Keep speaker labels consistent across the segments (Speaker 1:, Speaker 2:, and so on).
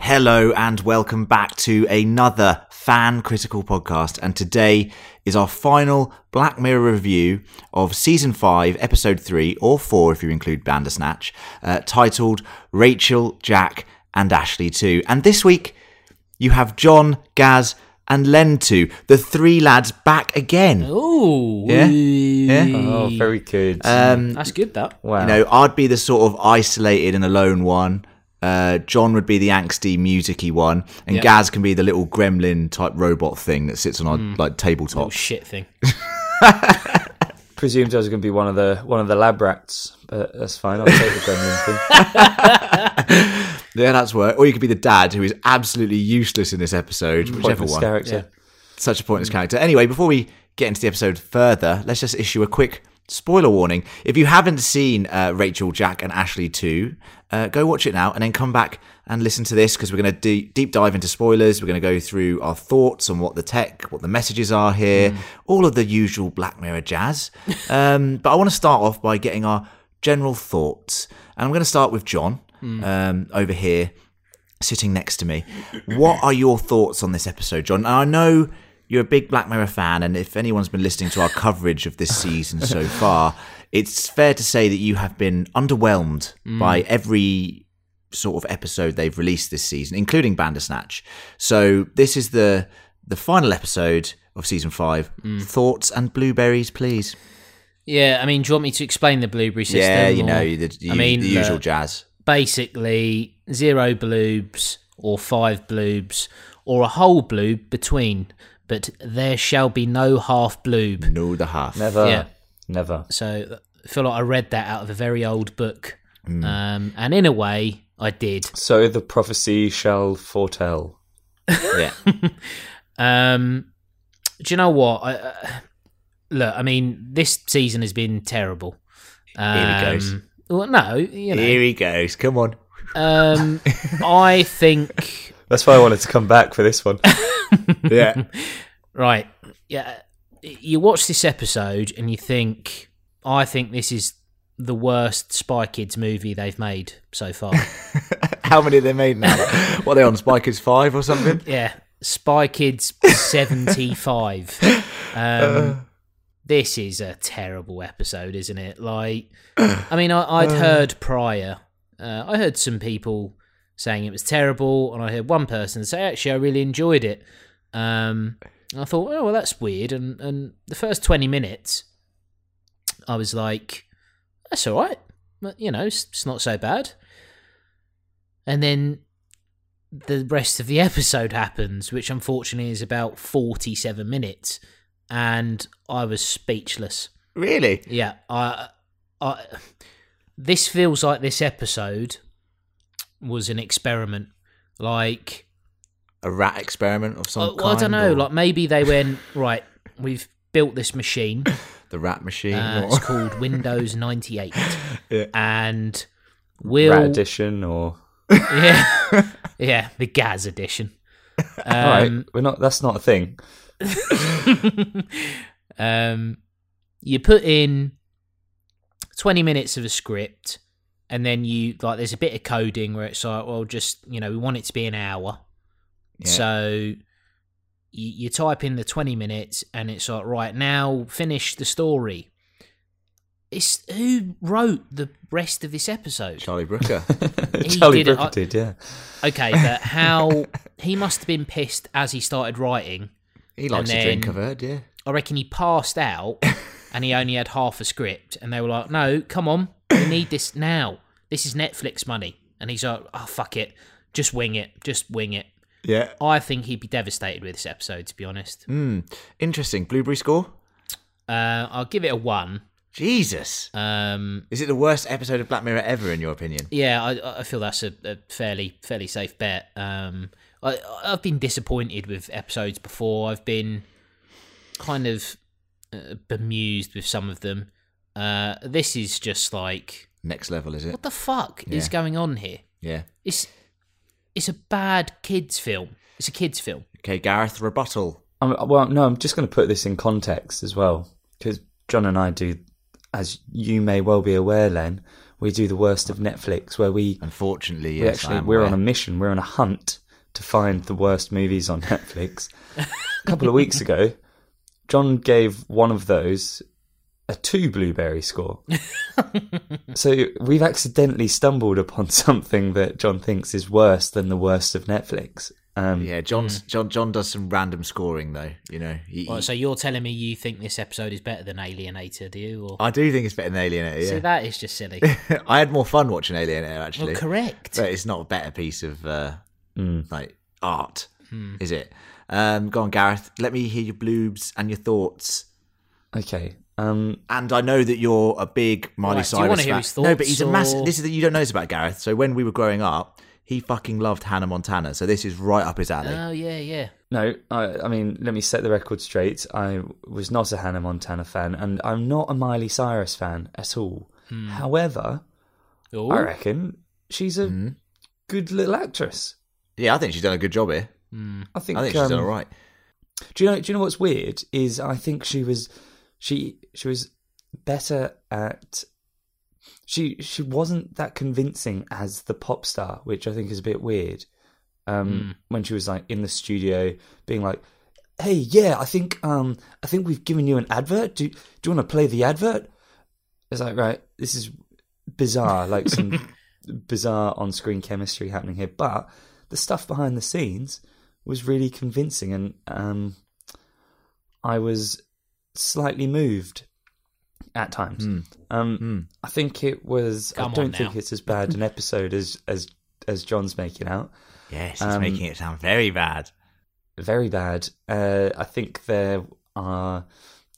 Speaker 1: Hello and welcome back to another fan critical podcast. And today is our final Black Mirror review of season five, episode three or four, if you include Bandersnatch, uh, titled Rachel, Jack, and Ashley too. And this week you have John, Gaz, and Lentu, the three lads back again.
Speaker 2: Oh,
Speaker 1: Yeah? Yeah?
Speaker 3: Oh, very good.
Speaker 1: Um,
Speaker 2: that's good. That
Speaker 3: wow.
Speaker 1: You know, I'd be the sort of isolated and alone one. Uh, John would be the angsty, musicy one, and
Speaker 2: Yeah.
Speaker 1: Gaz can be the little gremlin type robot thing that sits on our
Speaker 3: Hmm.
Speaker 1: like
Speaker 2: oh
Speaker 1: tabletop.
Speaker 2: shit thing.
Speaker 3: presumed I was going to be one of the one of the lab rats, but that's fine. I'll take the gremlin thing.
Speaker 1: yeah, that's work. Or you could be the dad who is absolutely useless in this episode, whichever
Speaker 3: Hmm. Pointless
Speaker 1: one.
Speaker 3: character.
Speaker 1: Such a pointless character. Anyway, before we get into the episode further, let's just issue a quick spoiler warning. If you haven't seen uh, Rachel, Jack, and Ashley 2, uh, go watch it now and then come back and listen to this because we're going to de- deep dive into spoilers. We're going to go through our thoughts on what the tech, what the messages are here, all of the usual Black Mirror jazz. um, but I want to start off by getting our general thoughts. And I'm going to start with John um, over here sitting next to me. What are your thoughts on this episode, John? And I know you're a big Black Mirror fan, and if anyone's been listening to our coverage of this season so far, it's fair to say that you have been underwhelmed by every sort of episode they've released this season, including Bandersnatch. So this is the the final episode of season five. Thoughts and blueberries, please.
Speaker 2: Yeah, I mean, do you want me to explain the blueberry system?
Speaker 1: yeah, you know
Speaker 2: or-
Speaker 1: the, the,
Speaker 2: I mean,
Speaker 1: the usual
Speaker 2: look,
Speaker 1: jazz.
Speaker 2: basically zero bloobs or five bloobs or a whole bloob between, but there shall be no half bloob.
Speaker 1: No, the half.
Speaker 3: Never.
Speaker 2: Yeah.
Speaker 3: Never.
Speaker 2: So I feel like I read that out of a very old book,
Speaker 1: Hmm.
Speaker 2: um, and in a way, I did.
Speaker 3: So the prophecy shall foretell.
Speaker 1: Yeah.
Speaker 2: Um, do you know what? I, uh, look, I mean, this season has been terrible. Um,
Speaker 1: he goes.
Speaker 2: Well, no, you know,
Speaker 1: Here he goes. Come on.
Speaker 2: Um, I think
Speaker 3: That's why I wanted to come back for this one.
Speaker 1: Yeah.
Speaker 2: right. Yeah, you watch this episode and you think, I think this is the worst Spy Kids movie they've made so far.
Speaker 1: How many have they made now? what are they on? Spike is five or something?
Speaker 2: yeah, Spy Kids seventy five. Um, this is a terrible episode, isn't it? Like, I mean, I, I'd heard prior. Uh, I heard some people saying it was terrible, and I heard one person say, "Actually, I really enjoyed it." Um, and I thought, "Oh, well, that's weird." And and the first twenty minutes, I was like, "That's all right," but, you know, it's, it's not so bad. And then the rest of the episode happens, which unfortunately is about forty-seven minutes, and I was speechless.
Speaker 1: Really?
Speaker 2: Yeah, I, I, this feels like this episode was an experiment. Like, uh,
Speaker 1: A rat experiment of some
Speaker 2: I,
Speaker 1: kind?
Speaker 2: well, I don't know.
Speaker 1: or
Speaker 2: Like, maybe they went right. We've built this machine.
Speaker 1: the rat machine.
Speaker 2: Uh,
Speaker 1: or-
Speaker 2: it's called Windows ninety-eight,
Speaker 1: Yeah.
Speaker 2: and we'll
Speaker 3: Rat edition or.
Speaker 2: yeah, yeah, the Gaz edition. Um,
Speaker 3: All right, we're not. That's not a thing.
Speaker 2: um, you put in 20 minutes of a script and then you like there's a bit of coding where it's like well just you know we want it to be an hour
Speaker 1: Yeah.
Speaker 2: so you, you type in the 20 minutes and it's like right now finish the story it's who wrote the rest of this episode
Speaker 1: Charlie Brooker.
Speaker 3: Charlie
Speaker 2: did it.
Speaker 3: Brooker did, yeah.
Speaker 2: okay but how he must have been pissed as he started writing
Speaker 1: He likes
Speaker 2: And
Speaker 1: a drink
Speaker 2: then-
Speaker 1: of her, yeah.
Speaker 2: I reckon he passed out and he only had half a script. And they were like, no, come on, we need this now. This is Netflix money. And he's like, oh, fuck it. Just wing it. Just wing it.
Speaker 1: Yeah.
Speaker 2: I think he'd be devastated with this episode, to be honest.
Speaker 1: Interesting. Blueberry score?
Speaker 2: Uh, I'll give it a one.
Speaker 1: Jesus.
Speaker 2: Um,
Speaker 1: Is it the worst episode of Black Mirror ever, in your opinion?
Speaker 2: yeah, I, I feel that's a, a fairly fairly safe bet. Um, I, I've been disappointed with episodes before. I've been kind of uh, bemused with some of them. Uh, this is just like
Speaker 1: Next level, is it?
Speaker 2: what the fuck is
Speaker 1: Yeah.
Speaker 2: going on here?
Speaker 1: Yeah.
Speaker 2: It's it's a bad kids film. It's a kids film.
Speaker 1: Okay, Gareth, rebuttal.
Speaker 3: I'm, well, no, I'm just going to put this in context as well, because John and I do, as you may well be aware, Len, we do the worst of Netflix, where we,
Speaker 1: Unfortunately,
Speaker 3: we
Speaker 1: yes, I
Speaker 3: actually
Speaker 1: am
Speaker 3: we're on a
Speaker 1: aware.
Speaker 3: mission, we're on a hunt to find the worst movies on Netflix. a couple of weeks ago, John gave one of those a two blueberry score. so we've accidentally stumbled upon something that John thinks is worse than the worst of Netflix. Um,
Speaker 1: Yeah, John's,
Speaker 2: Hmm.
Speaker 1: John John does some random scoring though. You know, he,
Speaker 2: Right,
Speaker 1: he-
Speaker 2: so you're telling me you think this episode is better than Alienator, do you? Or
Speaker 1: I do think it's better than Alienator.
Speaker 2: see
Speaker 1: Oh, Yeah.
Speaker 2: that is just silly.
Speaker 1: I had more fun watching Alienator
Speaker 2: well,
Speaker 1: actually.
Speaker 2: correct.
Speaker 1: but it's not a better piece of uh,
Speaker 3: Hmm.
Speaker 1: like art,
Speaker 2: Hmm.
Speaker 1: is it? Um, go on, Gareth. Let me hear your bloobs and your thoughts.
Speaker 3: Okay. Um,
Speaker 1: And I know that you're a big Miley
Speaker 2: Right, do you
Speaker 1: Cyrus
Speaker 2: wanna hear
Speaker 1: fan.
Speaker 2: his
Speaker 1: no, but
Speaker 2: thoughts
Speaker 1: he's a massive.
Speaker 2: or-
Speaker 1: This is that you don't know this about Gareth. So when we were growing up, he fucking loved Hannah Montana. So this is right up his alley.
Speaker 2: Oh yeah, yeah.
Speaker 3: No, I, I mean, let me set the record straight. I was not a Hannah Montana fan, and I'm not a Miley Cyrus fan at all.
Speaker 1: Hmm.
Speaker 3: However,
Speaker 2: Ooh.
Speaker 3: I reckon she's a
Speaker 1: Hmm.
Speaker 3: good little actress.
Speaker 1: yeah, I think she's done a good job here.
Speaker 3: I think.
Speaker 1: I think
Speaker 3: um,
Speaker 1: she's done all right.
Speaker 3: Do you know? Do you know what's weird? Is I think she was, she she was better at. She she wasn't that convincing as the pop star, which I think is a bit weird. Um,
Speaker 2: Hmm.
Speaker 3: When she was like in the studio, being like, "Hey, yeah, I think um I think we've given you an advert. Do do you want to play the advert?" It's like right, this is bizarre, like some bizarre on-screen chemistry happening here. But the stuff behind the scenes was really convincing, and um, I was slightly moved at times. Um, I think it was.
Speaker 2: Hmm. Come
Speaker 3: I
Speaker 2: on
Speaker 3: don't think
Speaker 2: now.
Speaker 3: it's as bad an episode as as as John's making out.
Speaker 1: Yes, it's
Speaker 3: Um,
Speaker 1: making it sound very bad.
Speaker 3: Very bad. Uh, I think there are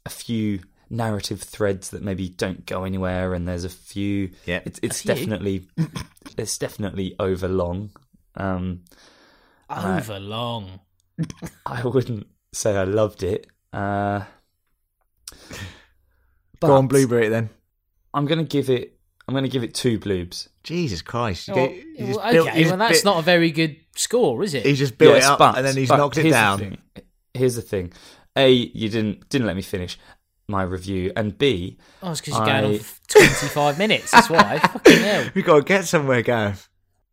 Speaker 3: a few narrative threads that maybe don't go anywhere, and there's a few.
Speaker 1: Yeah.
Speaker 3: it's it's
Speaker 2: few.
Speaker 3: definitely it's definitely over long. Um,
Speaker 2: Over long.
Speaker 3: I wouldn't say I loved it. Uh,
Speaker 1: Go on,
Speaker 3: but-
Speaker 1: blueberry then.
Speaker 3: I'm gonna give it. I'm gonna give it two bloobs.
Speaker 1: Jesus Christ! You
Speaker 2: Well,
Speaker 1: go- you just
Speaker 2: okay,
Speaker 1: built- you just
Speaker 2: Oh, well that's
Speaker 1: bit-
Speaker 2: not a very good score, is it?
Speaker 1: He just built
Speaker 3: Yes,
Speaker 1: it up
Speaker 3: but-
Speaker 1: and then he's
Speaker 3: but
Speaker 1: knocked it
Speaker 3: here's the
Speaker 1: down.
Speaker 3: thing. Here's the thing: a you didn't didn't let me finish my review, and b
Speaker 2: oh, it's because you're
Speaker 3: I-
Speaker 2: going on for 25 minutes. That's why. Fucking hell.
Speaker 1: We got to get somewhere, Gareth.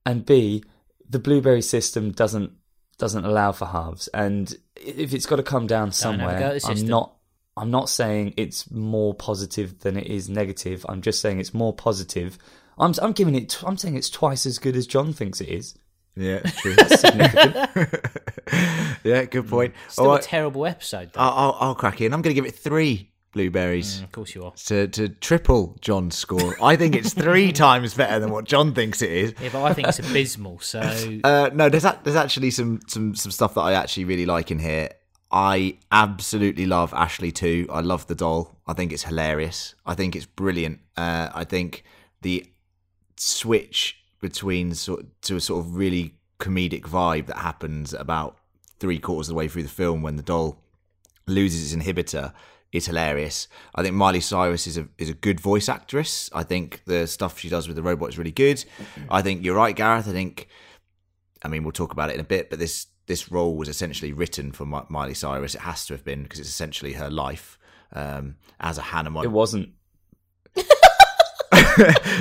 Speaker 3: and b the blueberry system doesn't doesn't allow for halves, and if it's got to come down
Speaker 2: have a go at
Speaker 3: somewhere,
Speaker 2: the
Speaker 3: I'm
Speaker 2: system.
Speaker 3: not. I'm not saying it's more positive than it is negative. I'm just saying it's more positive. I'm I'm giving it. T- I'm saying it's twice as good as John thinks it is.
Speaker 1: Yeah, true.
Speaker 3: Significant.
Speaker 1: yeah, good point.
Speaker 2: Hmm. Still
Speaker 1: All
Speaker 2: a
Speaker 1: right, Oh.
Speaker 2: terrible episode. Though.
Speaker 1: I'll, I'll, I'll crack in. I'm going to give it three blueberries
Speaker 2: of course you are.
Speaker 1: to, to triple John's score. I think it's three times better than what John thinks it is.
Speaker 2: Yeah, but I think it's abysmal. So
Speaker 1: Uh, no, there's a- there's actually some some some stuff that I actually really like in here. I absolutely love Ashley too. I love the doll. I think it's hilarious. I think it's brilliant. Uh, I think the switch between sort to a sort of really comedic vibe that happens about three quarters of the way through the film when the doll loses its inhibitor is hilarious. I think Miley Cyrus is a is a good voice actress. I think the stuff she does with the robot is really good. I think you're right, Gareth. I think I mean we'll talk about it in a bit, but this this role was essentially written for Mi- Miley Cyrus. It has to have been because it's essentially her life um, as a Hannah
Speaker 3: it
Speaker 1: Montana.
Speaker 3: wasn't.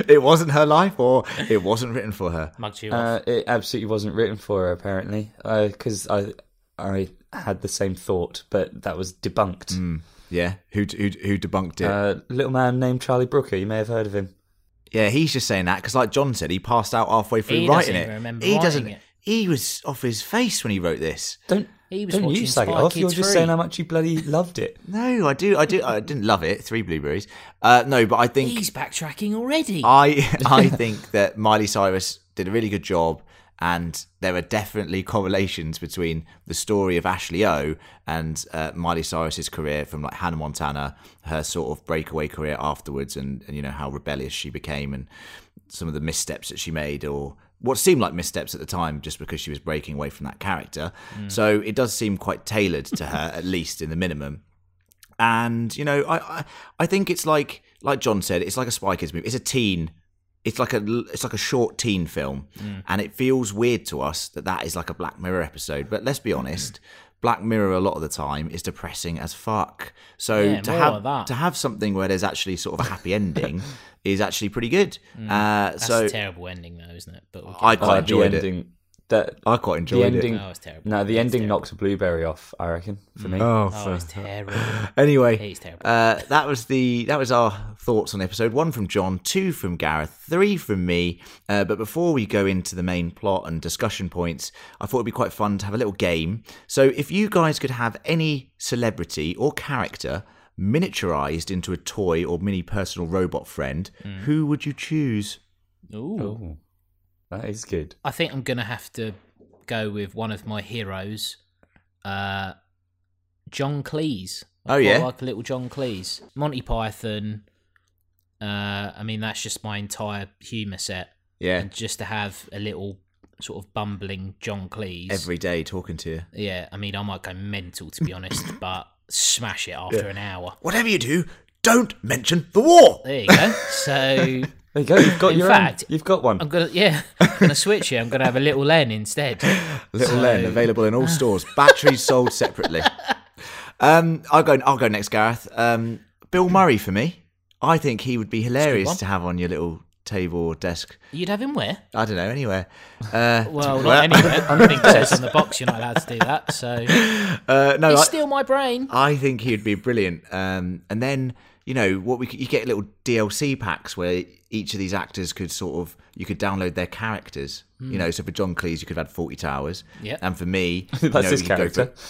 Speaker 1: it wasn't her life, or it wasn't written for her.
Speaker 2: mugged you
Speaker 3: Uh,
Speaker 2: off.
Speaker 3: it absolutely wasn't written for her, apparently, because I I had the same thought, but that was debunked.
Speaker 1: Yeah, who who who debunked it?
Speaker 3: Uh, little man named Charlie Brooker, you may have heard of him.
Speaker 1: Yeah, he's just saying that because, like John said, he passed out halfway through
Speaker 2: He
Speaker 1: writing
Speaker 2: doesn't
Speaker 1: it.
Speaker 2: even remember
Speaker 1: he
Speaker 2: writing
Speaker 1: doesn't.
Speaker 2: it.
Speaker 1: He was off his face when he wrote this.
Speaker 3: Don't
Speaker 2: He was
Speaker 3: don't
Speaker 2: watching
Speaker 3: you slag it
Speaker 2: Spy
Speaker 3: off?
Speaker 2: Kids
Speaker 3: You're just
Speaker 2: 3.
Speaker 3: saying how much you bloody loved it.
Speaker 1: No, I do. I do. I didn't love it. Three blueberries. Uh, no, but I think
Speaker 2: He's backtracking already.
Speaker 1: I I think that Miley Cyrus did a really good job, and there are definitely correlations between the story of Ashley O and uh, Miley Cyrus's career from like Hannah Montana, her sort of breakaway career afterwards, and, and you know how rebellious she became, and some of the missteps that she made, or what seemed like missteps at the time, just because she was breaking away from that character. So it does seem quite tailored to her, at least in the minimum and you know I, I i think it's like like john said it's like a spy kids movie it's a teen it's like a it's like a short teen film,
Speaker 2: Mm.
Speaker 1: and it feels weird to us that that is like a Black Mirror episode. But let's be honest, Black Mirror a lot of the time is depressing as fuck. So
Speaker 2: Yeah,
Speaker 1: to
Speaker 2: more
Speaker 1: have
Speaker 2: of that.
Speaker 1: to have something where there's actually sort of a happy ending is actually pretty good. Uh,
Speaker 2: Mm, That's
Speaker 1: so
Speaker 2: a terrible ending, though, isn't it? But we'll
Speaker 1: I
Speaker 3: Oh,
Speaker 1: quite enjoyed
Speaker 3: the
Speaker 1: it.
Speaker 3: ending. That
Speaker 1: I quite enjoyed it.
Speaker 2: get-
Speaker 3: ending-
Speaker 2: oh, it's terrible.
Speaker 3: no, the
Speaker 2: It's
Speaker 3: ending
Speaker 2: terrible.
Speaker 3: knocked a blueberry off. I reckon for me.
Speaker 1: Oh,
Speaker 2: Oh, it's terrible.
Speaker 1: anyway,
Speaker 2: He's terrible.
Speaker 1: uh, that was the that was our thoughts on episode one from John, two from Gareth, three from me. Uh, but before we go into the main plot and discussion points, I thought it'd be quite fun to have a little game. So if you guys could have any celebrity or character miniaturized into a toy or mini personal robot friend,
Speaker 2: Hmm.
Speaker 1: who would you choose?
Speaker 2: Ooh.
Speaker 3: Ooh, that is good.
Speaker 2: I think I'm gonna have to go with one of my heroes, uh, John Cleese. I
Speaker 1: Oh,
Speaker 2: quite
Speaker 1: yeah?
Speaker 2: like a little John Cleese, Monty Python. Uh, I mean, that's just my entire humour set,
Speaker 1: Yeah,
Speaker 2: and just to have a little sort of bumbling John Cleese.
Speaker 1: every day talking to you.
Speaker 2: yeah, I mean, I might go mental to be honest, but smash it after an hour.
Speaker 1: Whatever you do, don't mention the war.
Speaker 2: There you go. So
Speaker 3: There you go. You've got
Speaker 2: In
Speaker 3: your
Speaker 2: fact-
Speaker 3: own. You've got one.
Speaker 2: I'm gonna, yeah, I'm gonna switch it. I'm gonna have a little Len instead.
Speaker 1: Little
Speaker 2: So- Ah.
Speaker 1: Len available in all stores. Batteries sold separately. Um, I'll go. I'll go next, Gareth. Um, Bill Murray for me. I think he would be hilarious
Speaker 2: one.
Speaker 1: to have on your little table or desk.
Speaker 2: You'd have him where?
Speaker 1: I don't know anywhere. Uh,
Speaker 2: Well, not anywhere. I think it says on the box you're not allowed to do that. So
Speaker 1: uh, no,
Speaker 2: it's
Speaker 1: I,
Speaker 2: still my brain.
Speaker 1: I think he would be brilliant. Um, and then you know what we could, you get little DLC packs where each of these actors could sort of you could download their characters. You know, so for John Cleese, you could have had Forty Towers.
Speaker 2: Hmm. Yep.
Speaker 1: And for me, you
Speaker 3: That's
Speaker 1: know,
Speaker 3: his
Speaker 1: you could go for-
Speaker 3: character.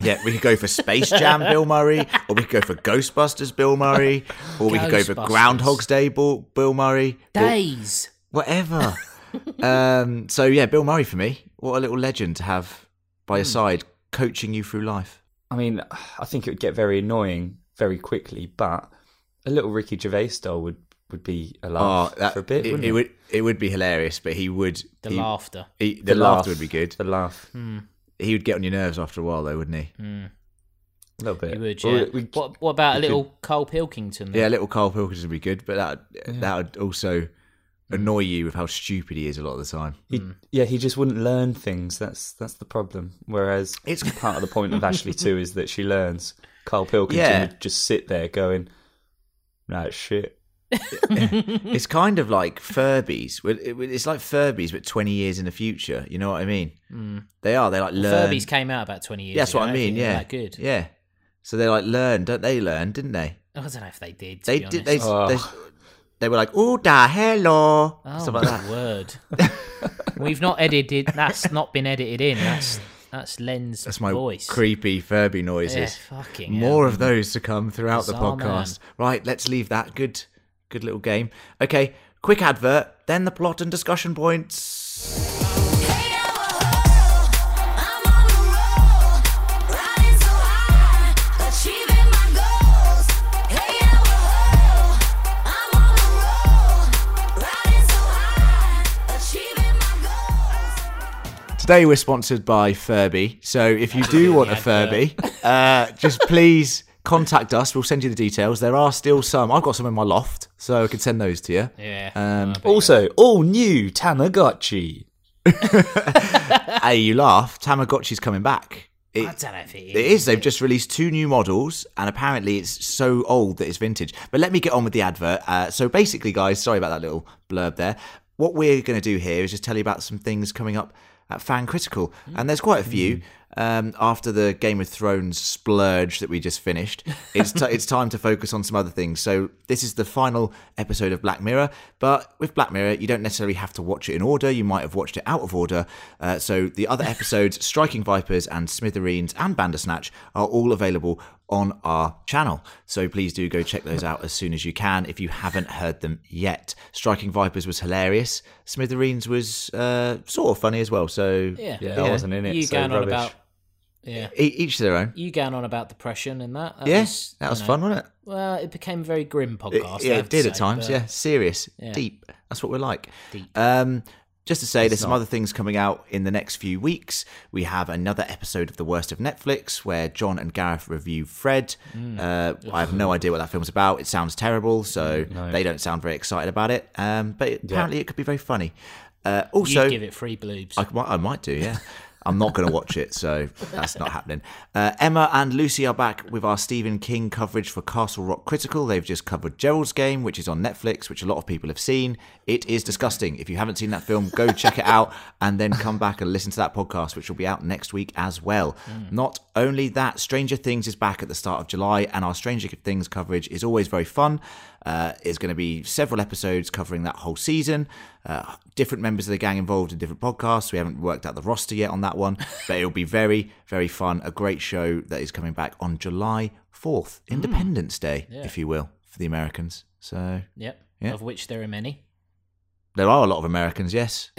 Speaker 1: Yeah, we could go for Space Jam Bill Murray, or we could go for Ghostbusters Bill Murray, or we could go for
Speaker 2: Ghostbusters.
Speaker 1: Groundhog's Day Bill, Bill Murray, Bill-
Speaker 2: Days.
Speaker 1: whatever. um, so yeah, Bill Murray for me. What a little legend to have by your
Speaker 3: Hmm.
Speaker 1: side, coaching you through life.
Speaker 3: I mean, I think it would get very annoying very quickly, but a little Ricky Gervais style would would be a laugh
Speaker 1: Ah, Oh, that-
Speaker 3: for a bit.
Speaker 1: it,
Speaker 3: wouldn't
Speaker 1: it would it would be hilarious, but he would
Speaker 2: The
Speaker 1: he-
Speaker 2: laughter.
Speaker 1: he- the, laughter
Speaker 3: laugh,
Speaker 1: would be good.
Speaker 3: The laugh,
Speaker 2: Hmm.
Speaker 3: a
Speaker 1: He would get on your nerves after a while, though, wouldn't he?
Speaker 3: Hmm. little bit.
Speaker 2: You would,
Speaker 3: Or
Speaker 2: yeah.
Speaker 3: we-
Speaker 2: what, what about a little Carl Pilkington? Then?
Speaker 1: Yeah, little Carl Pilkins would be good, but that that would also
Speaker 3: Hmm.
Speaker 1: annoy you with how stupid he is a lot of the time.
Speaker 3: he, yeah, he just wouldn't learn things. That's that's the problem. Whereas
Speaker 1: It's-
Speaker 3: it's part of the point of Ashley too is that she learns. Carl Pilkington
Speaker 1: Yeah.
Speaker 3: would just sit there going, "Nah, shit."
Speaker 1: It's kind of like Furbies. Well, it- It's like Furbies, but 20 years in the future. You know what I mean? They are. They like learn.
Speaker 2: Hmm. Furbies came out about twenty years.
Speaker 1: Yeah, um, that's
Speaker 2: ago.
Speaker 1: what I
Speaker 2: don't
Speaker 1: mean.
Speaker 2: think they're
Speaker 1: Yeah.
Speaker 2: that good.
Speaker 1: Yeah. So they like learn, don't they? Learn, didn't they?
Speaker 2: I don't know if they did. to
Speaker 1: They
Speaker 2: be
Speaker 1: did. They,
Speaker 2: honest.
Speaker 1: they
Speaker 3: Oh.
Speaker 1: they were like, oh da hello,
Speaker 2: Oh
Speaker 1: stuff
Speaker 2: my
Speaker 1: like that.
Speaker 2: word! We've not edited. That's not been edited in. That's that's Len's
Speaker 1: That's my
Speaker 2: voice.
Speaker 1: creepy Furby
Speaker 2: yeah,
Speaker 1: noises.
Speaker 2: fucking hell.
Speaker 1: More of those to come throughout the
Speaker 2: Bizarre
Speaker 1: podcast. Right, let's leave that good, good little game. Okay, quick advert, then the plot and discussion points.
Speaker 4: Eight hour hustle, I'm on the roll, riding so high, achieving my goals. Eight hour hustle, I'm on the roll, riding so high, achieving my goals.
Speaker 1: Today we're sponsored by Furby. So if you do want a Furby,
Speaker 2: Absolutely,
Speaker 1: uh, just please contact us. We'll send you the details. There are still some. I've got some in my loft, so I could send those to you.
Speaker 2: Yeah.
Speaker 1: Um,
Speaker 3: Also, all new Tamagotchi.
Speaker 1: hey, you laugh. Tamagotchi's coming back.
Speaker 2: I
Speaker 1: It,
Speaker 2: don't know if it is.
Speaker 1: it is. They've just released two new models, and apparently it's so old that it's vintage. But let me get on with the advert. Uh, so basically, guys, sorry about that little blurb there. What we're going to do here is just tell you about some things coming up at Fan Critical, and there's quite a few. Um, after the Game of Thrones splurge that we just finished, it's t- it's time to focus on some other things. So this is the final episode of Black Mirror, but with Black Mirror, you don't necessarily have to watch it in order. You might have watched it out of order. Uh, so the other episodes, Striking Vipers and Smithereens and Bandersnatch, are all available on our channel. So please do go check those out as soon as you can if you haven't heard them yet. Striking Vipers was hilarious. Smithereens was uh, sort of funny as well. So
Speaker 2: Yeah.
Speaker 3: Yeah, I wasn't in it.
Speaker 2: You
Speaker 3: so
Speaker 2: going on
Speaker 3: rubbish.
Speaker 2: about? Yeah.
Speaker 1: e- each to their own.
Speaker 2: You going on about depression and that? that
Speaker 1: Yes, that
Speaker 2: you
Speaker 1: was
Speaker 2: know,
Speaker 1: fun, wasn't it?
Speaker 2: Well, it became a very grim
Speaker 1: It-
Speaker 2: podcast. I
Speaker 1: yeah,
Speaker 2: have
Speaker 1: it
Speaker 2: to
Speaker 1: did at
Speaker 2: say,
Speaker 1: times.
Speaker 2: but
Speaker 1: Yeah, serious,
Speaker 2: Yeah.
Speaker 1: deep. That's what we're like.
Speaker 2: Deep.
Speaker 1: Um, Just to say, there's some
Speaker 2: not.
Speaker 1: other things coming out in the next few weeks. We have another episode of The Worst of Netflix where John and Gareth review Fred.
Speaker 2: Mm.
Speaker 1: Uh, I have no idea what that film's about. It sounds terrible, so they don't sound very excited about it. Um, but it- apparently, it could be very funny. Uh, also,
Speaker 2: You'd give it free bloobs.
Speaker 1: I might, I might do, yeah. I'm not going to watch it, so that's not happening. Uh, Emma and Lucy are back with our Stephen King coverage for Castle Rock Critical. They've just covered Gerald's Game, which is on Netflix, which a lot of people have seen. It is disgusting. If you haven't seen that film, go check it out and then come back and listen to that podcast, which will be out next week as well. Not only that, Stranger Things is back at the start of July, and our Stranger Things coverage is always very fun. Uh, it's going to be several episodes covering that whole season. Uh, different members of the gang involved in different podcasts. We haven't worked out the roster yet on that one, but it'll be very, very fun. A great show that is coming back on July 4th,
Speaker 3: Mm.
Speaker 1: Independence Day, if you will, for the Americans. So
Speaker 2: Yep.
Speaker 1: Yeah.
Speaker 2: Of which there are many.
Speaker 1: there are a lot of Americans, yes.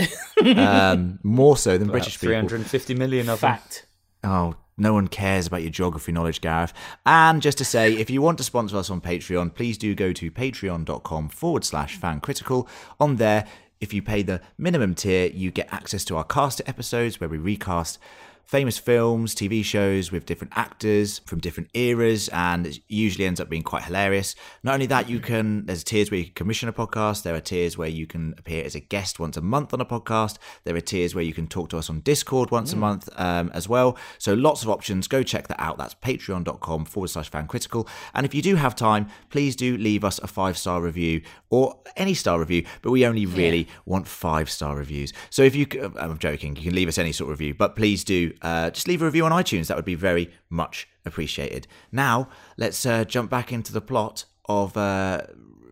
Speaker 1: um, more so than British
Speaker 3: three
Speaker 1: people.
Speaker 3: hundred and fifty million of them.
Speaker 2: Fact.
Speaker 1: Oh, no one cares about your geography knowledge, Gareth. And just to say, if you want to sponsor us on Patreon, please do go to patreon.com forward slash fancritical. On there, if you pay the minimum tier, you get access to our caster episodes where we recast famous films, TV shows with different actors from different eras, and it usually ends up being quite hilarious. Not only that, you can there's tiers where you can commission a podcast. There are tiers where you can appear as a guest once a month on a podcast. There are tiers where you can talk to us on Discord once a month um, as well. So lots of options. Go check that out. That's patreon.com forward slash fancritical. And if you do have time, please do leave us a five star review or any star review, but we only really want five star reviews. So if you, c- uh, I'm joking, you can leave us any sort of review, but please do uh, just leave a review on iTunes. That would be very much appreciated. Now let's uh, jump back into the plot of uh,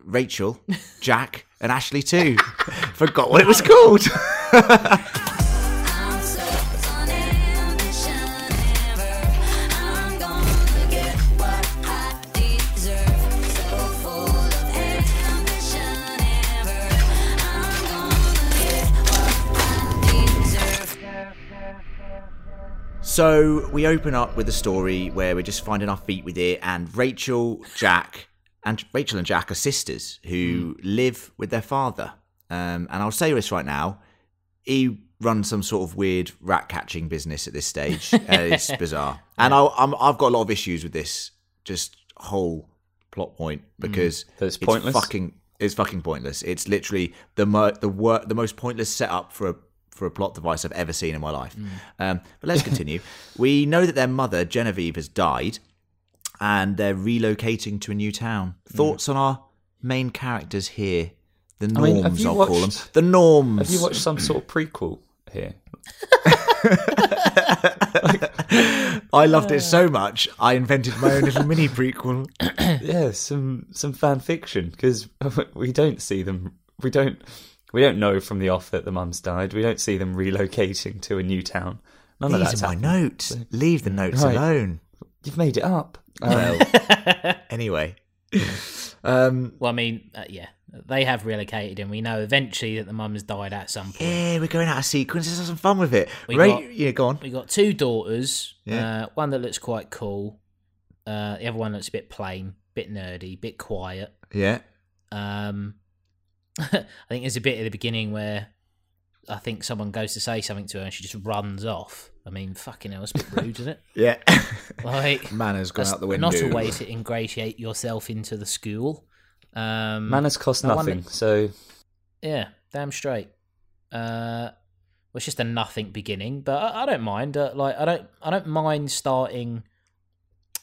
Speaker 1: Rachel, Jack, and Ashley too. Forgot what it was called.
Speaker 4: I'm so on ambition ever. I'm gonna get what I deserve. So full of ambition ever. I'm gonna get what I deserve.
Speaker 1: So we open up with a story where we're just finding our feet with it, and Rachel, Jack, and Rachel and Jack are sisters who live with their father. Um, and I'll say this right now: he runs some sort of weird rat catching business at this stage. uh, it's bizarre, and I'll, I'm, I've got a lot of issues with this just whole plot point because
Speaker 3: Mm, That it's pointless?
Speaker 1: Fucking, it's fucking pointless. It's literally the mo- the wor- the most pointless setup for a for a plot device I've ever seen in my
Speaker 3: Mm.
Speaker 1: life. Um, but let's continue. we know that their mother Genevieve has died, and they're relocating to a new town.
Speaker 3: Mm.
Speaker 1: Thoughts on our main characters here? The
Speaker 3: mean, have
Speaker 1: norms,
Speaker 3: you
Speaker 1: I will call them.
Speaker 3: watched-
Speaker 1: The norms.
Speaker 3: Have you watched some sort of prequel here?
Speaker 1: I loved it so much, I invented my own little mini prequel.
Speaker 3: yeah, some some fan fiction because we don't see them. We don't we don't know from the off that the mum's died. We don't see them relocating to a new town. None of that's
Speaker 1: These are my
Speaker 3: happened.
Speaker 1: notes. Leave the notes
Speaker 3: Right.
Speaker 1: alone.
Speaker 3: You've made it up. Um,
Speaker 1: Anyway. Um,
Speaker 2: Well, I mean, uh, yeah, they have relocated, and we know eventually that the mum's died at some point.
Speaker 1: yeah, we're going out of sequence. Let's have some fun with it.
Speaker 2: We
Speaker 1: Right?
Speaker 2: got-
Speaker 1: yeah, go on.
Speaker 2: We got two daughters.
Speaker 1: Yeah.
Speaker 2: Uh, one that looks quite cool. Uh, the other one looks a bit plain, bit nerdy, bit quiet.
Speaker 1: Yeah.
Speaker 2: Um, I think there's a bit at the beginning where I think someone goes to say something to her, and she just runs off. I mean, fucking hell, it's a bit rude, isn't it?
Speaker 1: Yeah.
Speaker 2: Like,
Speaker 1: Manners gone
Speaker 2: that's
Speaker 1: out the window.
Speaker 2: not a way to ingratiate yourself into the school. Um,
Speaker 3: manners cost
Speaker 2: No wonder-
Speaker 3: nothing, so
Speaker 2: Yeah, damn straight. Uh, well, it's just a nothing beginning, but I, I don't mind. Uh, like, I don't, I don't mind starting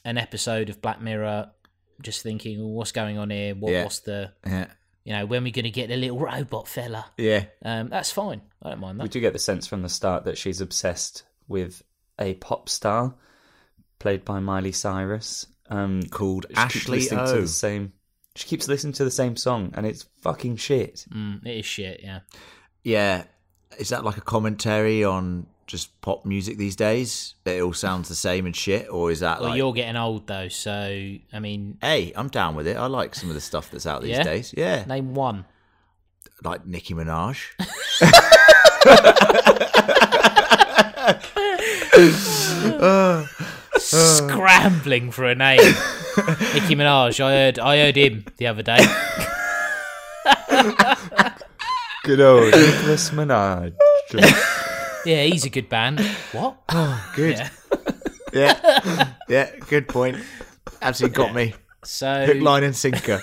Speaker 2: an episode of Black Mirror, just thinking, well, what's going on here? What,
Speaker 1: Yeah.
Speaker 2: What's the,
Speaker 1: Yeah.
Speaker 2: you know, when we going to get the little robot fella?
Speaker 1: Yeah.
Speaker 2: Um, that's fine. I don't mind
Speaker 3: we
Speaker 2: that.
Speaker 3: do get the sense from the start that she's obsessed with a pop star played by Miley Cyrus. Um,
Speaker 1: Called
Speaker 3: she keeps
Speaker 1: Ashley
Speaker 3: listening to
Speaker 1: O.
Speaker 3: the same. She keeps listening to the same song, and it's fucking shit.
Speaker 2: Mm, it is shit. Yeah.
Speaker 1: Yeah. Is that like a commentary on just pop music these days? That it all sounds the same and shit? Or is that
Speaker 2: Well,
Speaker 1: like,
Speaker 2: you're getting old though, so I mean,
Speaker 1: hey, I'm down with it. I like some of the stuff that's out these
Speaker 2: Yeah?
Speaker 1: days. Yeah.
Speaker 2: name one.
Speaker 1: Like Nicki Minaj. Uh.
Speaker 2: Scrambling for a name. Nicki Minaj. I heard. I heard him the other day.
Speaker 3: Good old Nicholas Minaj.
Speaker 2: Yeah, he's a good band. What?
Speaker 1: Good.
Speaker 2: Yeah.
Speaker 1: Yeah. Yeah. Good point. Absolutely got me.
Speaker 2: So
Speaker 1: Hook, line, and sinker.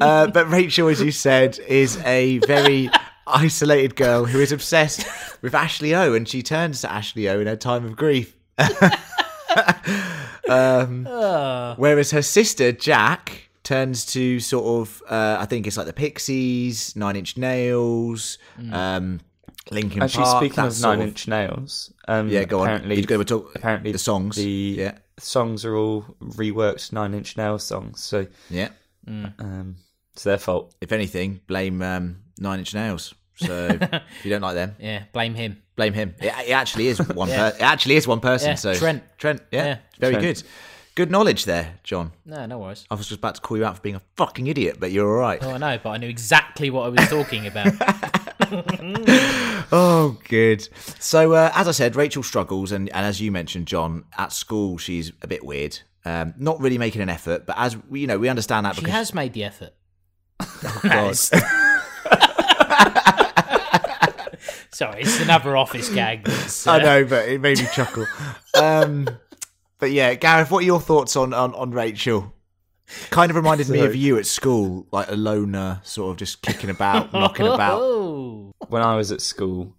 Speaker 1: uh, but Rachel, as you said, is a very isolated girl who is obsessed with Ashley O, and she turns to Ashley O in her time of grief. um, whereas her sister Jack turns to sort of, uh, I think it's like the Pixies, Nine Inch Nails, um, Linkin
Speaker 3: Actually,
Speaker 1: Park.
Speaker 3: speaking
Speaker 1: that
Speaker 3: of
Speaker 1: sort
Speaker 3: Nine Inch Nails, um,
Speaker 1: yeah, go on.
Speaker 3: apparently,
Speaker 1: You'd go and talk-
Speaker 3: apparently
Speaker 1: the songs.
Speaker 3: The
Speaker 1: Yeah.
Speaker 3: songs are all reworked Nine Inch Nails songs, so
Speaker 1: Yeah.
Speaker 3: um, it's their fault.
Speaker 1: If anything, blame um, Nine Inch Nails. So if you don't like them,
Speaker 2: yeah, blame him.
Speaker 1: Blame him. It, it actually is one. per- it actually is one person.
Speaker 2: Yeah,
Speaker 1: So
Speaker 2: Trent.
Speaker 1: Trent. Yeah.
Speaker 2: Yeah.
Speaker 1: Very
Speaker 3: Trent.
Speaker 1: good. Good knowledge there, John.
Speaker 2: No, no worries.
Speaker 1: I was just about to call you out for being a fucking idiot, but you're all right.
Speaker 2: Oh, I know, but I knew exactly what I was talking about.
Speaker 1: Oh, good. So, uh, as I said, Rachel struggles, and, and as you mentioned, John, at school she's a bit weird. Um, not really making an effort, but as we, you know, we understand that
Speaker 2: she
Speaker 1: because
Speaker 2: has made the effort.
Speaker 1: God.
Speaker 2: Sorry, it's another office gag. that's,
Speaker 1: I
Speaker 2: uh,
Speaker 1: know, but it made me chuckle. um, but yeah, Gareth, what are your thoughts on on, on Rachel? Kind of reminded me
Speaker 3: So-
Speaker 1: of you at school, like a loner, sort of just kicking about, knocking about.
Speaker 2: Oh,
Speaker 3: When I was at school,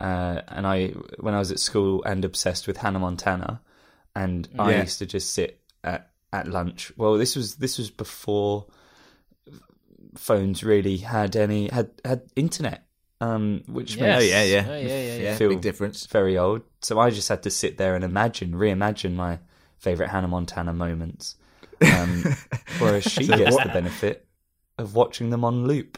Speaker 3: uh, and I when I was at school and obsessed with Hannah Montana, and I
Speaker 1: Yeah.
Speaker 3: used to just sit at at lunch. Well, this was this was before phones really had any had had internet, um, which
Speaker 2: Yes.
Speaker 1: Oh
Speaker 3: makes
Speaker 1: yeah, yeah,
Speaker 2: Oh, yeah, yeah, yeah.
Speaker 1: yeah.
Speaker 3: Feel-
Speaker 1: Big difference.
Speaker 3: very old. So I just had to sit there and imagine, reimagine my favourite Hannah Montana moments. Um, whereas she gets the benefit of watching them on loop.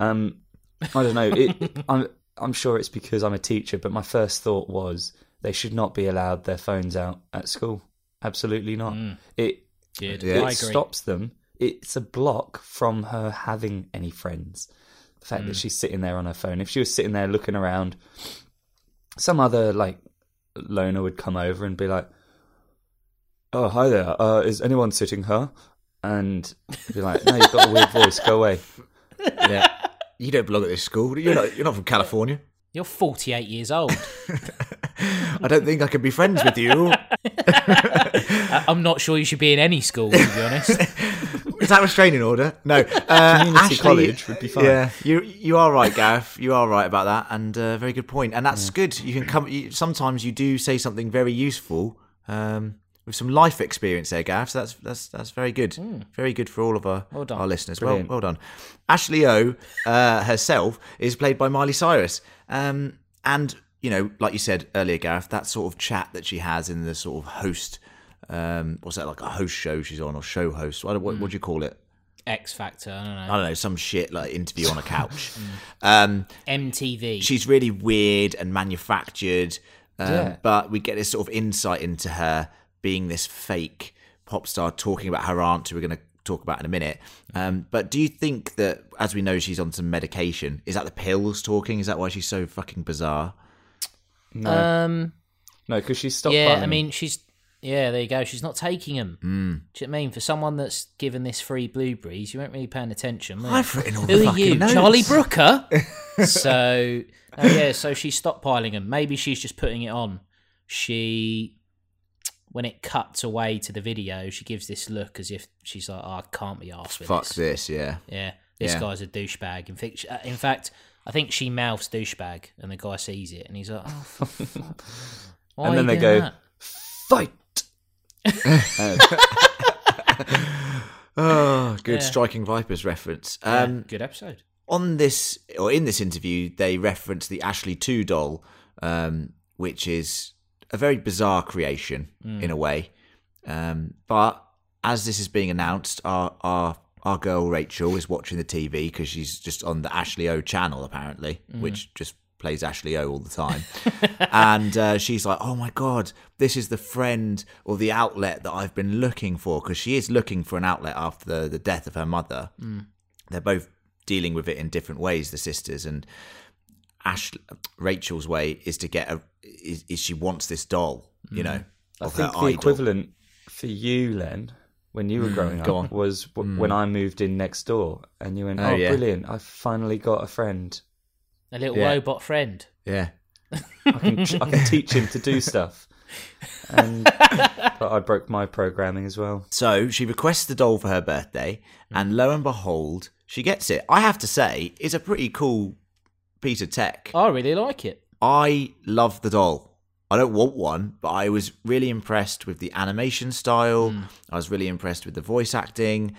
Speaker 3: Um, I don't know. It, I'm I'm sure it's because I'm a teacher, but my first thought was they should not be allowed their phones out at school. Absolutely not. It
Speaker 2: good.
Speaker 1: Yeah. It
Speaker 2: I agree.
Speaker 3: it stops them. It's a block from her having any friends. The fact
Speaker 1: Hmm.
Speaker 3: that she's sitting there on her phone. If she was sitting there looking around, some other like loner would come over and be like, "Oh, hi there. Uh, is anyone sitting here?" And be like, "No, you've got a weird voice. Go away."
Speaker 1: Yeah, you don't belong at this school. You're not. You're not from California.
Speaker 2: You're 48 years old.
Speaker 1: I don't think I can be friends with you.
Speaker 2: I- I'm not sure you should be in any school, to be honest.
Speaker 1: Is that restraining order? No. Uh,
Speaker 3: Community
Speaker 1: Ashley-
Speaker 3: college would be fine.
Speaker 1: Yeah, you you are right, Gareth. You are right about that, and uh, very good point. And that's good. You can come. You, sometimes you do say something very useful um, with some life experience there, Gareth. So that's that's that's very good. Very good for all of our
Speaker 2: done.
Speaker 1: our listeners.
Speaker 3: Hmm. Brilliant.
Speaker 1: Well, well done. Ashley O uh, herself is played by Miley Cyrus, um, and you know, like you said earlier, Gareth, that sort of chat that she has in the sort of host. Um, what's that like a host show she's on or show host? What, what,
Speaker 3: Hmm.
Speaker 1: what do you call it?
Speaker 2: X Factor, I don't know.
Speaker 1: I don't know, some shit like interview on a couch. um,
Speaker 2: MTV.
Speaker 1: she's really weird and manufactured, um,
Speaker 3: Yeah.
Speaker 1: but we get this sort of insight into her being this fake pop star talking about her aunt, who we're going to talk about in a minute. Um, but do you think that, as we know, she's on some medication? Is that the pills talking? Is that why she's so fucking bizarre?
Speaker 3: No,
Speaker 2: um,
Speaker 3: no, because she stopped.
Speaker 2: yeah,
Speaker 3: buying
Speaker 2: I
Speaker 3: them. Hmm.
Speaker 2: mean, she's yeah, there you go. She's not taking them. Do you know what I mean for someone that's given this free blueberries, you weren't really paying attention. were you?
Speaker 1: I've written all the
Speaker 2: Who are
Speaker 1: fucking
Speaker 2: you,
Speaker 1: notes.
Speaker 2: Charlie Brooker? so oh yeah, so she's stockpiling them. Maybe she's just putting it on. She, when it cuts away to the video, she gives this look as if she's like, oh, "I can't be asked with
Speaker 1: Fuck
Speaker 2: this."
Speaker 1: this, yeah.
Speaker 2: Yeah, this
Speaker 1: Yeah.
Speaker 2: guy's a douchebag. In fact, uh, in fact, I think she mouths douchebag, and the guy sees it, and he's like, "Oh, for fuck." Why
Speaker 3: and
Speaker 2: are
Speaker 3: then
Speaker 2: you
Speaker 3: they
Speaker 2: doing
Speaker 3: go,
Speaker 2: that?
Speaker 3: "Fight."
Speaker 1: Oh, good
Speaker 2: Yeah.
Speaker 1: striking vipers reference. Um,
Speaker 2: Good episode.
Speaker 1: on this or in this interview, they reference the Ashley Two doll, um, which is a very bizarre creation in a way. Um, but as this is being announced, our our our girl Rachel is watching the TV because she's just on the Ashley O channel apparently,
Speaker 3: Mm-hmm.
Speaker 1: which just plays Ashley O all the time. and uh, she's like, "Oh my god, this is the friend or the outlet that I've been looking for," because she is looking for an outlet after the, the death of her mother
Speaker 3: Mm.
Speaker 1: they're both dealing with it in different ways the sisters and ash rachel's way is to get a is, is she wants this doll you know
Speaker 3: Mm. I
Speaker 1: of her
Speaker 3: think the
Speaker 1: idol. Hmm,
Speaker 3: equivalent for you, Len, when you were growing up,
Speaker 1: go on. Hmm.
Speaker 3: was w- when I moved in next door, and you went, "Oh,
Speaker 1: yeah.
Speaker 3: brilliant! I finally got a friend
Speaker 2: a little
Speaker 1: Yeah.
Speaker 2: robot friend.
Speaker 1: Yeah.
Speaker 3: I can I can teach him to do stuff. And but I broke my programming as well.
Speaker 1: So she requests the doll for her birthday, and lo and behold, she gets it. I have to say, it's a pretty cool piece of tech.
Speaker 2: I really like it.
Speaker 1: I love the doll. I don't want one, but I was really impressed with the animation style. I was really impressed with the voice acting.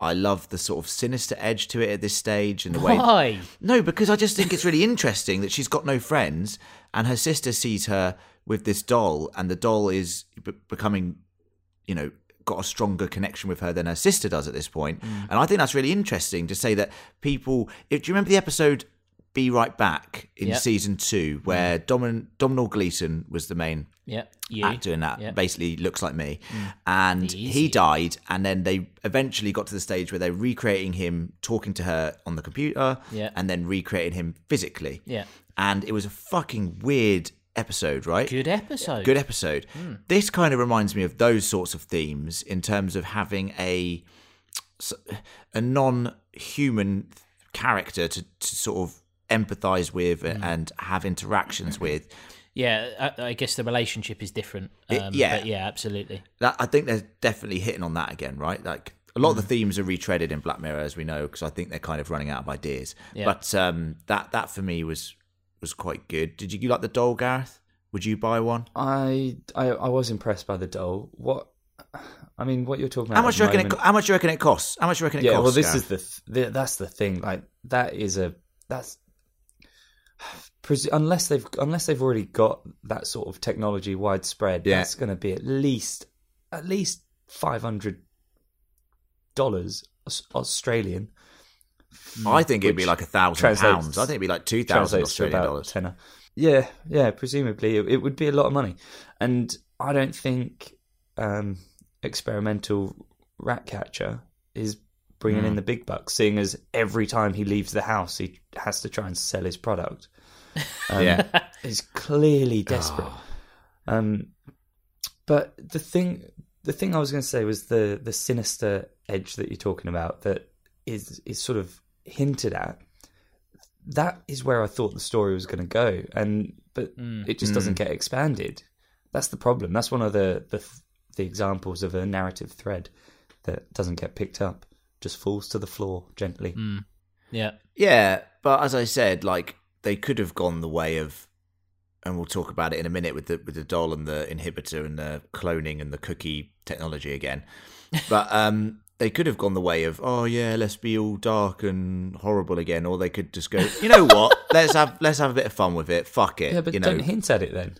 Speaker 1: I love the sort of sinister edge to it at this stage and the way
Speaker 2: Why?
Speaker 1: no, because I just think it's really interesting that she's got no friends, and her sister sees her with this doll, and the doll is b- becoming, you know, got a stronger connection with her than her sister does at this point. And I think that's really interesting to say that people. If, do you remember the episode "Be Right Back" in
Speaker 2: Yep.
Speaker 1: season two, where Domin, Domhnall Gleeson was the main
Speaker 2: Yeah, you.
Speaker 1: actor in that
Speaker 2: Yeah. Mm.
Speaker 1: basically looks like me and he
Speaker 2: Easy.
Speaker 1: died and then they eventually got to the stage where they're recreating him talking to her on the computer
Speaker 2: Yeah.
Speaker 1: and then recreating him physically
Speaker 2: Yeah.
Speaker 1: and it was a fucking weird episode right
Speaker 2: Good episode. Hmm.
Speaker 1: good episode. This kind of reminds me of those sorts of themes in terms of having a a non-human character to, to sort of empathize with
Speaker 2: Hmm.
Speaker 1: and have interactions with.
Speaker 2: Yeah, I, I guess the relationship is different. Um,
Speaker 1: It- yeah.
Speaker 2: but yeah, absolutely.
Speaker 1: That I think they're definitely hitting on that again, right? Like a lot of the
Speaker 3: Mm.
Speaker 1: themes are retreaded in Black Mirror, as we know, because I think they're kind of running out of ideas.
Speaker 2: Yeah.
Speaker 1: But um, that that for me was was quite good. Did you, you like the doll, Gareth? Would you buy one?
Speaker 3: I I, I was impressed by the doll. What I mean, what you're talking about?
Speaker 1: How much do
Speaker 3: at
Speaker 1: you
Speaker 3: the
Speaker 1: reckon? It,
Speaker 3: moment-
Speaker 1: co- how much do you reckon it costs? How much do you reckon it
Speaker 3: yeah,
Speaker 1: costs?
Speaker 3: well, this
Speaker 1: Gareth?
Speaker 3: is the, th- the that's the thing. Like that is a that's pres- unless they've unless they've already got that sort of technology widespread.
Speaker 1: Yeah.
Speaker 3: that's going to be at least at least five hundred dollars Australian.
Speaker 1: I think it'd be
Speaker 3: which
Speaker 1: like a thousand
Speaker 3: translates-
Speaker 1: pounds. I think it'd be like two thousand
Speaker 3: translates to
Speaker 1: Australian
Speaker 3: about
Speaker 1: dollars.
Speaker 3: tenner. Yeah, yeah. Presumably, it, it would be a lot of money, and I don't think um, experimental rat catcher is bringing
Speaker 1: Hmm.
Speaker 3: in the big bucks, seeing as every time he leaves the house, he has to try and sell his product.
Speaker 1: yeah,
Speaker 3: He's clearly
Speaker 2: Ah.
Speaker 3: desperate. Um, but the thing, the thing I was going to say was the the sinister edge that you're talking about that is is sort of hinted at. That is where I thought the story was going to go, and but
Speaker 2: Mm.
Speaker 3: it just doesn't get expanded. That's the problem. That's one of the the the examples of a narrative thread that doesn't get picked up, just falls to the floor gently.
Speaker 2: Mm. Yeah,
Speaker 1: yeah. But as I said, like they could have gone the way of, and we'll talk about it in a minute with the with the doll and the inhibitor and the cloning and the cookie technology again. But um, they could have gone the way of, oh yeah, let's be all dark and horrible again, or they could just go, you know what, let's have let's have a bit of fun with it. Fuck it,
Speaker 3: Yeah, but
Speaker 1: you know.
Speaker 3: don't hint at it then.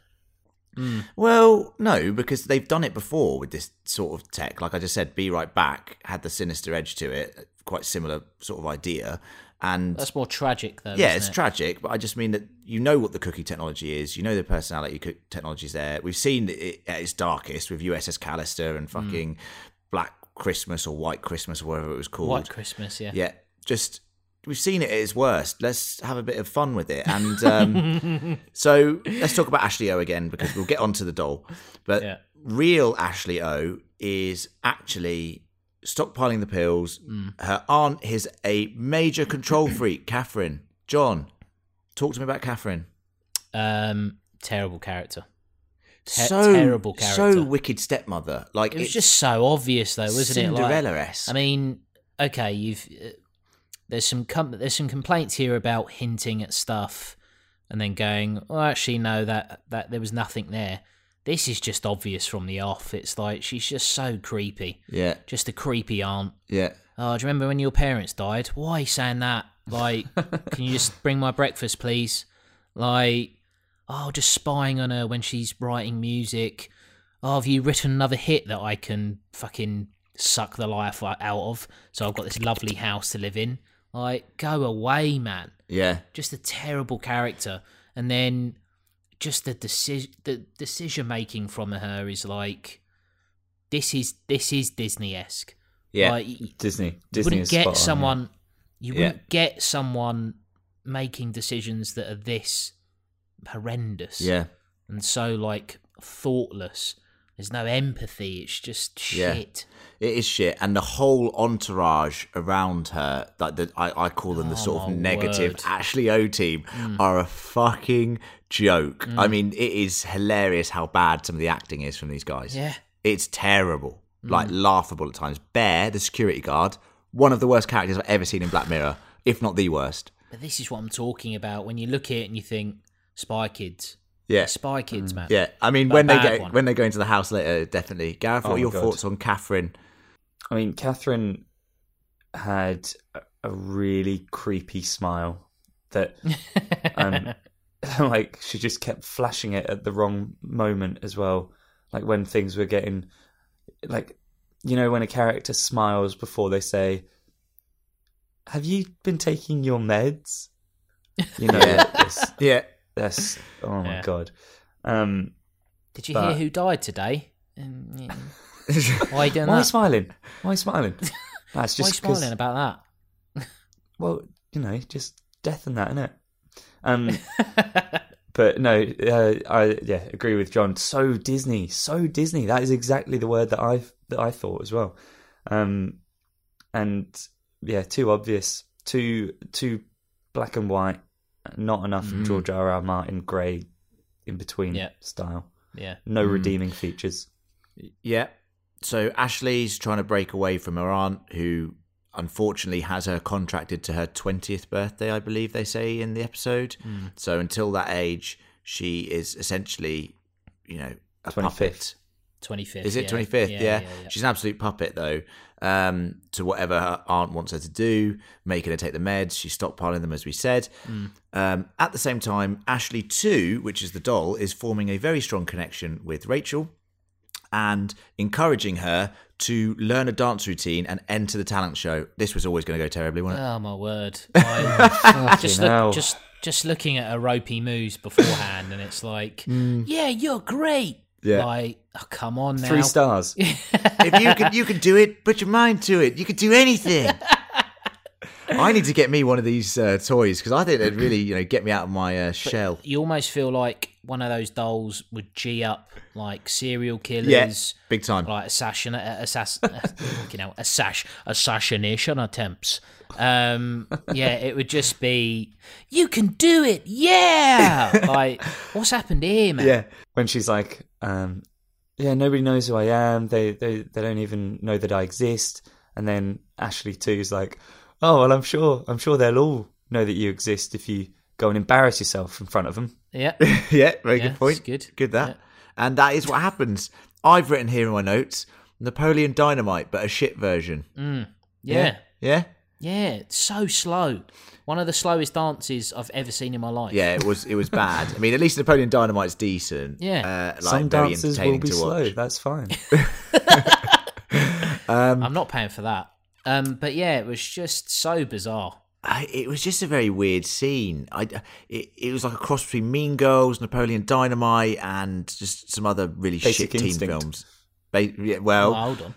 Speaker 1: Well, no, because they've done it before with this sort of tech. Like I just said, Be Right Back had the sinister edge to it, quite similar sort of idea. And
Speaker 2: that's more tragic though.
Speaker 1: yeah,
Speaker 2: isn't
Speaker 1: it's
Speaker 2: it?
Speaker 1: tragic, but I just mean that you know what the cookie technology is, you know the personality co- technology is there. We've seen it at its darkest with USS Callister
Speaker 2: Hmm.
Speaker 1: and fucking Black Christmas or White Christmas or whatever it was called.
Speaker 2: White Christmas. Yeah.
Speaker 1: Yeah, just we've seen it at its worst. Let's have a bit of fun with it. And um, so let's talk about Ashley O again because we'll get onto the doll. But
Speaker 2: Yeah.
Speaker 1: real Ashley O is actually stockpiling the pills.
Speaker 2: Mm.
Speaker 1: Her aunt is a major control freak, Catherine. John, talk to me about Catherine.
Speaker 2: Um, terrible character. Te-
Speaker 1: so
Speaker 2: terrible
Speaker 1: so
Speaker 2: character.
Speaker 1: wicked stepmother. Like
Speaker 2: It was
Speaker 1: it's
Speaker 2: just so obvious though, wasn't it? Like,
Speaker 1: Cinderella esque.
Speaker 2: I mean, okay, you've uh, there's some com- there's some complaints here about hinting at stuff and then going, "Oh, actually, no, that that there was nothing there." This is just obvious from the off. It's like she's just so creepy,
Speaker 1: yeah,
Speaker 2: just a creepy aunt.
Speaker 1: yeah.
Speaker 2: Oh, do you remember when your parents died? Why are you saying that? Like, can you just bring my breakfast, please? Like, oh, just spying on her when she's writing music. Oh, have you written another hit that I can fucking suck the life out of? So I've got this lovely house to live in. Like, go away, man.
Speaker 1: Yeah,
Speaker 2: Just a terrible character. And then just the, deci- the decision making from her is like, this is this is Disney esque.
Speaker 1: yeah,
Speaker 2: Like,
Speaker 3: Disney,
Speaker 2: you
Speaker 3: Disney
Speaker 2: wouldn't
Speaker 3: is
Speaker 2: get
Speaker 3: spot on, yeah.
Speaker 2: someone you
Speaker 1: Yeah.
Speaker 2: wouldn't get someone making decisions that are this horrendous
Speaker 1: yeah.
Speaker 2: and so like thoughtless There's no empathy. It's just
Speaker 1: Yeah.
Speaker 2: shit.
Speaker 1: It is shit, and the whole entourage around her, like the I, I call them the sort
Speaker 2: Oh, my
Speaker 1: of negative
Speaker 2: word. Hmm.
Speaker 1: Ashley O team, are a fucking joke. I mean, it is hilarious how bad some of the acting is from these guys.
Speaker 2: Yeah. Hmm.
Speaker 1: it's terrible, like laughable at times. Bear, the security guard, one of the worst characters I've ever seen in Black Mirror, if not the worst.
Speaker 2: But this is what I'm talking about. When you look at it and you think Spy Kids,
Speaker 1: Yeah,
Speaker 2: Spy Kids,
Speaker 3: Mm.
Speaker 2: man.
Speaker 1: yeah. I mean, when they
Speaker 2: bad
Speaker 1: get
Speaker 2: one.
Speaker 1: when they go into the house later, definitely. Gareth, what
Speaker 3: Oh
Speaker 1: are
Speaker 3: my
Speaker 1: your
Speaker 3: God.
Speaker 1: thoughts on Catherine?
Speaker 3: I mean, Catherine had a- a really creepy smile that, um, like, she just kept flashing it at the wrong moment as well. Like, when things were getting, like, you know, when a character smiles before they say, Have you been taking your meds? You know,
Speaker 1: Yeah.
Speaker 3: that's,
Speaker 1: Yeah,
Speaker 3: that's oh my
Speaker 2: Yeah.
Speaker 3: God. Um,
Speaker 2: Did you
Speaker 3: But-
Speaker 2: hear who died today? Um, yeah. Why you doing
Speaker 3: why
Speaker 2: that?
Speaker 3: smiling? Why smiling? That's
Speaker 2: Why you
Speaker 3: just
Speaker 2: smiling
Speaker 3: because
Speaker 2: about that?
Speaker 3: well, you know, just death and that, innit? Um, but no, uh, I yeah agree with John. So Disney, so Disney. That is exactly the word that I that I thought as well. Um, and yeah, too obvious, too too black and white. Not enough George R. R. Martin grey in between
Speaker 2: Mm. Yeah. Mm.
Speaker 3: style.
Speaker 2: Yeah.
Speaker 3: No redeeming features.
Speaker 1: Yeah. So Ashley's trying to break away from her aunt, who unfortunately has her contracted to her 20th birthday, I believe they say in the episode. So until that age, she is essentially, you know, a
Speaker 3: 25th.
Speaker 1: puppet.
Speaker 2: 25th.
Speaker 1: Is it
Speaker 2: yeah.
Speaker 1: twenty fifth? Yeah,
Speaker 2: yeah,
Speaker 1: She's an absolute puppet though. Um, to whatever her aunt wants her to do, making her take the meds. She's stockpiling them, as we said.
Speaker 2: Mm.
Speaker 1: Um, at the same time, Ashley too, which is the doll, is forming a very strong connection with Rachel, and encouraging her to learn a dance routine and enter the talent show. This was always going to go terribly, wasn't it?
Speaker 2: Oh my word! I, just
Speaker 3: Fucking hell.
Speaker 2: look, just just looking at her ropey moves beforehand, and it's like, yeah, you're great.
Speaker 1: Mm. Yeah.
Speaker 2: Like, oh, come on now.
Speaker 3: Three stars.
Speaker 1: if you could, you could do it. Put your mind to it. You could do anything. I need to get me one of these uh, toys because I think they'd really, you know, get me out of my uh, shell.
Speaker 2: You almost feel like one of those dolls would g up like serial killers.
Speaker 1: Yeah, big time.
Speaker 2: like assassin, uh, assass, uh, you know, assass, assassination attempts. Um, yeah, it would just be, you can do it, yeah. like, what's happened here, man?
Speaker 1: yeah,
Speaker 3: when she's like, um, "Yeah, nobody knows who I am. They they they don't even know that I exist." And then Ashley too's like, "Oh well, I'm sure I'm sure they'll all know that you exist if you go and embarrass yourself in front of them."
Speaker 2: yeah,
Speaker 1: yeah. Very
Speaker 2: Yeah,
Speaker 1: good point.
Speaker 2: it's good.
Speaker 1: Good that. And that is what happens. I've written here in my notes Napoleon Dynamite, but a shit version.
Speaker 2: Mm. yeah,
Speaker 1: Yeah.
Speaker 2: yeah. it's So slow. One of the slowest dances I've ever seen in my life.
Speaker 1: Yeah, it was it was bad. I mean, at least Napoleon Dynamite's decent. uh,
Speaker 2: Yeah.
Speaker 1: like
Speaker 3: Some
Speaker 1: very
Speaker 3: dances will
Speaker 1: entertaining
Speaker 3: be
Speaker 1: to
Speaker 3: slow.
Speaker 1: watch.
Speaker 3: That's fine.
Speaker 2: I'm not paying for that. Um, but yeah, it was just so bizarre.
Speaker 1: I, it was just a very weird scene. I it, it was like a cross between Mean Girls, Napoleon Dynamite, and just some other really
Speaker 3: Basic
Speaker 1: shit
Speaker 3: Instinct.
Speaker 1: teen films. Ba- yeah,
Speaker 2: Oh,
Speaker 1: well,
Speaker 2: hold on,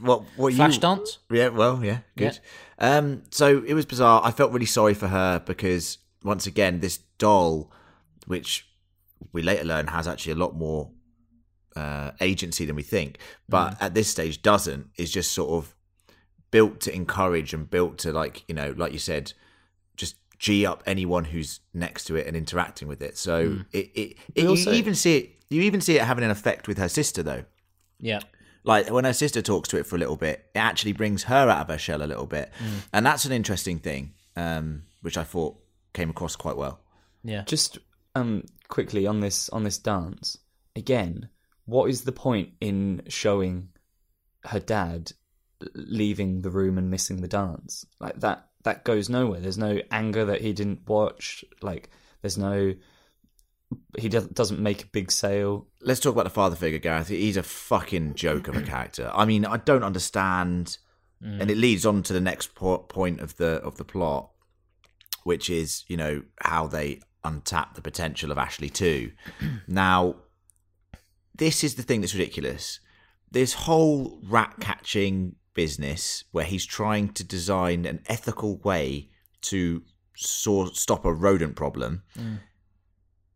Speaker 1: what what
Speaker 2: flash
Speaker 1: you
Speaker 2: dance.
Speaker 1: Yeah, well, yeah, good. Um, so it was bizarre. I felt really sorry for her because once again, this doll, which we later learn has actually a lot more uh, agency than we think, but at this stage doesn't. Is just sort of built to encourage and built to like you know, like you said, just g up anyone who's next to it and interacting with it. So it it, it
Speaker 3: also-
Speaker 1: you even see it. You even see it having an effect with her sister though
Speaker 2: Yeah,
Speaker 1: like when her sister talks to it for a little bit it actually brings her out of her shell a little bit and that's an interesting thing um, which i thought came across quite well
Speaker 2: yeah.
Speaker 3: Just um, quickly on this on this dance again. What is the point in showing her dad leaving the room and missing the dance? Like that that goes nowhere. There's no anger that he didn't watch. Like there's no he doesn't doesn't make a big sale.
Speaker 1: let's talk about the father figure gareth he's a fucking joke of a character i mean i don't understand and it leads on to the next po- point of the of the plot which is you know how they untap the potential of ashley too now this is the thing that's ridiculous this whole rat catching business where he's trying to design an ethical way to sort stop a rodent problem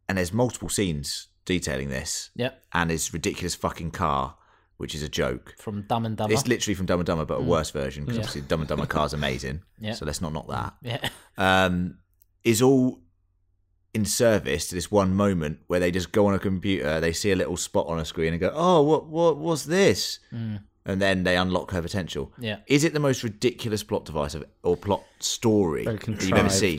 Speaker 1: and there's multiple scenes detailing this
Speaker 2: Yep.
Speaker 1: and his ridiculous fucking car, which is a joke.
Speaker 2: From Dumb and Dumber.
Speaker 1: It's literally from Dumb and Dumber, but a worse version because
Speaker 2: Uh-huh. Mm. Yeah.
Speaker 1: obviously Dumb and Dumber car's amazing.
Speaker 2: Yeah.
Speaker 1: So let's not knock that.
Speaker 2: yeah.
Speaker 1: Um, is all in service to this one moment where they just go on a computer, they see a little spot on a screen and go, "Oh, what, what, what's this?" And then they unlock her potential.
Speaker 2: Mm. Yeah.
Speaker 1: Is it the most ridiculous plot device of, or plot story
Speaker 3: Very
Speaker 1: that you've ever
Speaker 3: contrived.
Speaker 1: seen?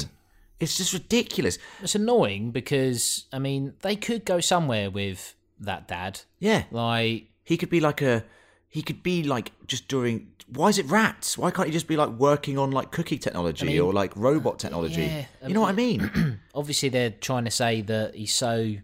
Speaker 1: It's just ridiculous.
Speaker 2: It's annoying because I mean they could go somewhere with that dad.
Speaker 1: Yeah.
Speaker 2: Like
Speaker 1: He could be like a. He could be like just doing. Why is it rats? Why can't he just be like working on like cookie technology or like robot technology?
Speaker 2: yeah, I
Speaker 1: you know what I mean?
Speaker 2: obviously they're trying to say that he's so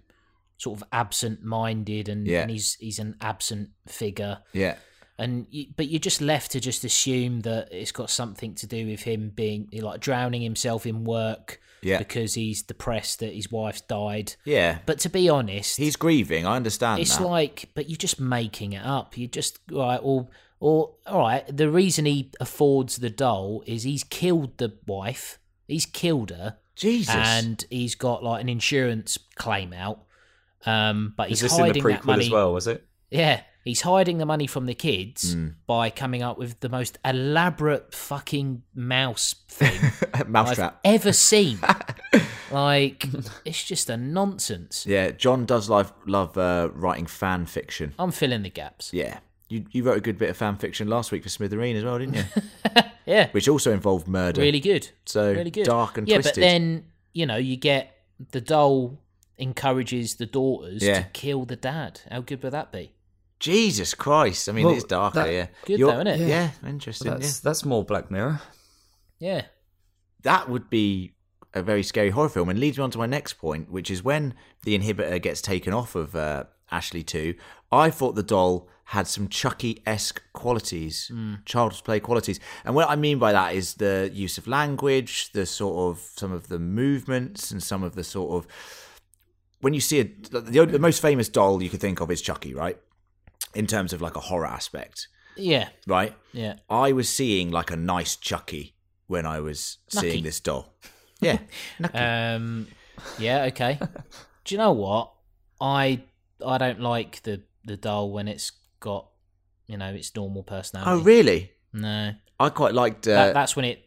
Speaker 2: sort of absent-minded and,
Speaker 1: Yeah.
Speaker 2: and he's he's an absent figure.
Speaker 1: yeah.
Speaker 2: And you, but you're just left to just assume that it's got something to do with him being like drowning himself in work
Speaker 1: Yeah.
Speaker 2: because he's depressed that his wife's died.
Speaker 1: Yeah.
Speaker 2: But to be honest,
Speaker 1: He's grieving. I understand
Speaker 2: it's
Speaker 1: that.
Speaker 2: like but you're just making it up you're just right or or all right the reason he affords the doll is he's killed the wife he's killed her
Speaker 1: Jesus.
Speaker 2: and he's got like an insurance claim out um but
Speaker 3: Is this
Speaker 2: he's
Speaker 3: in the
Speaker 2: hiding that
Speaker 3: prequel
Speaker 2: money
Speaker 3: as well? Was it?
Speaker 2: yeah he's hiding the money from the kids
Speaker 1: Hmm.
Speaker 2: by coming up with the most elaborate fucking mouse thing I've
Speaker 1: Mousetrap.
Speaker 2: ever seen like it's just a nonsense
Speaker 1: Yeah, John does love love uh, writing fan fiction.
Speaker 2: i'm filling the gaps
Speaker 1: Yeah, you you wrote a good bit of fan fiction last week for Smithereen as well, didn't you?
Speaker 2: yeah
Speaker 1: Which also involved murder.
Speaker 2: Really good.
Speaker 1: So
Speaker 2: really good.
Speaker 1: dark and
Speaker 2: yeah,
Speaker 1: twisted.
Speaker 2: but then you know you get the doll encourages the daughters
Speaker 1: Yeah.
Speaker 2: to kill the dad. How good would that be?
Speaker 1: Jesus Christ! I mean,
Speaker 3: Well,
Speaker 1: it's darker.
Speaker 3: that-
Speaker 1: yeah,
Speaker 2: Good
Speaker 1: You're-
Speaker 2: though, isn't
Speaker 1: Yeah,
Speaker 2: it? Yeah.
Speaker 1: interesting.
Speaker 3: That's
Speaker 1: yeah.
Speaker 3: that's more Black Mirror.
Speaker 2: Yeah.
Speaker 1: That would be a very scary horror film, and leads me on to my next point, which is when the inhibitor gets taken off of uh, Ashley Two. I thought the doll had some Chucky esque qualities, child's play qualities, and what I mean by that is the use of language, the sort of some of the movements, and some of the sort of when you see a the, the most famous doll you could think of is Chucky, right? In terms of like a horror aspect,
Speaker 2: Yeah.
Speaker 1: right?
Speaker 2: Yeah.
Speaker 1: I was seeing like a nice Chucky when I was
Speaker 2: Nucky.
Speaker 1: seeing this doll. Yeah,
Speaker 2: Um. Yeah. Okay. Do you know what? I I don't like the the doll when it's got you know its normal personality.
Speaker 1: Oh, really?
Speaker 2: No.
Speaker 1: I quite liked. Uh,
Speaker 2: that, that's when it.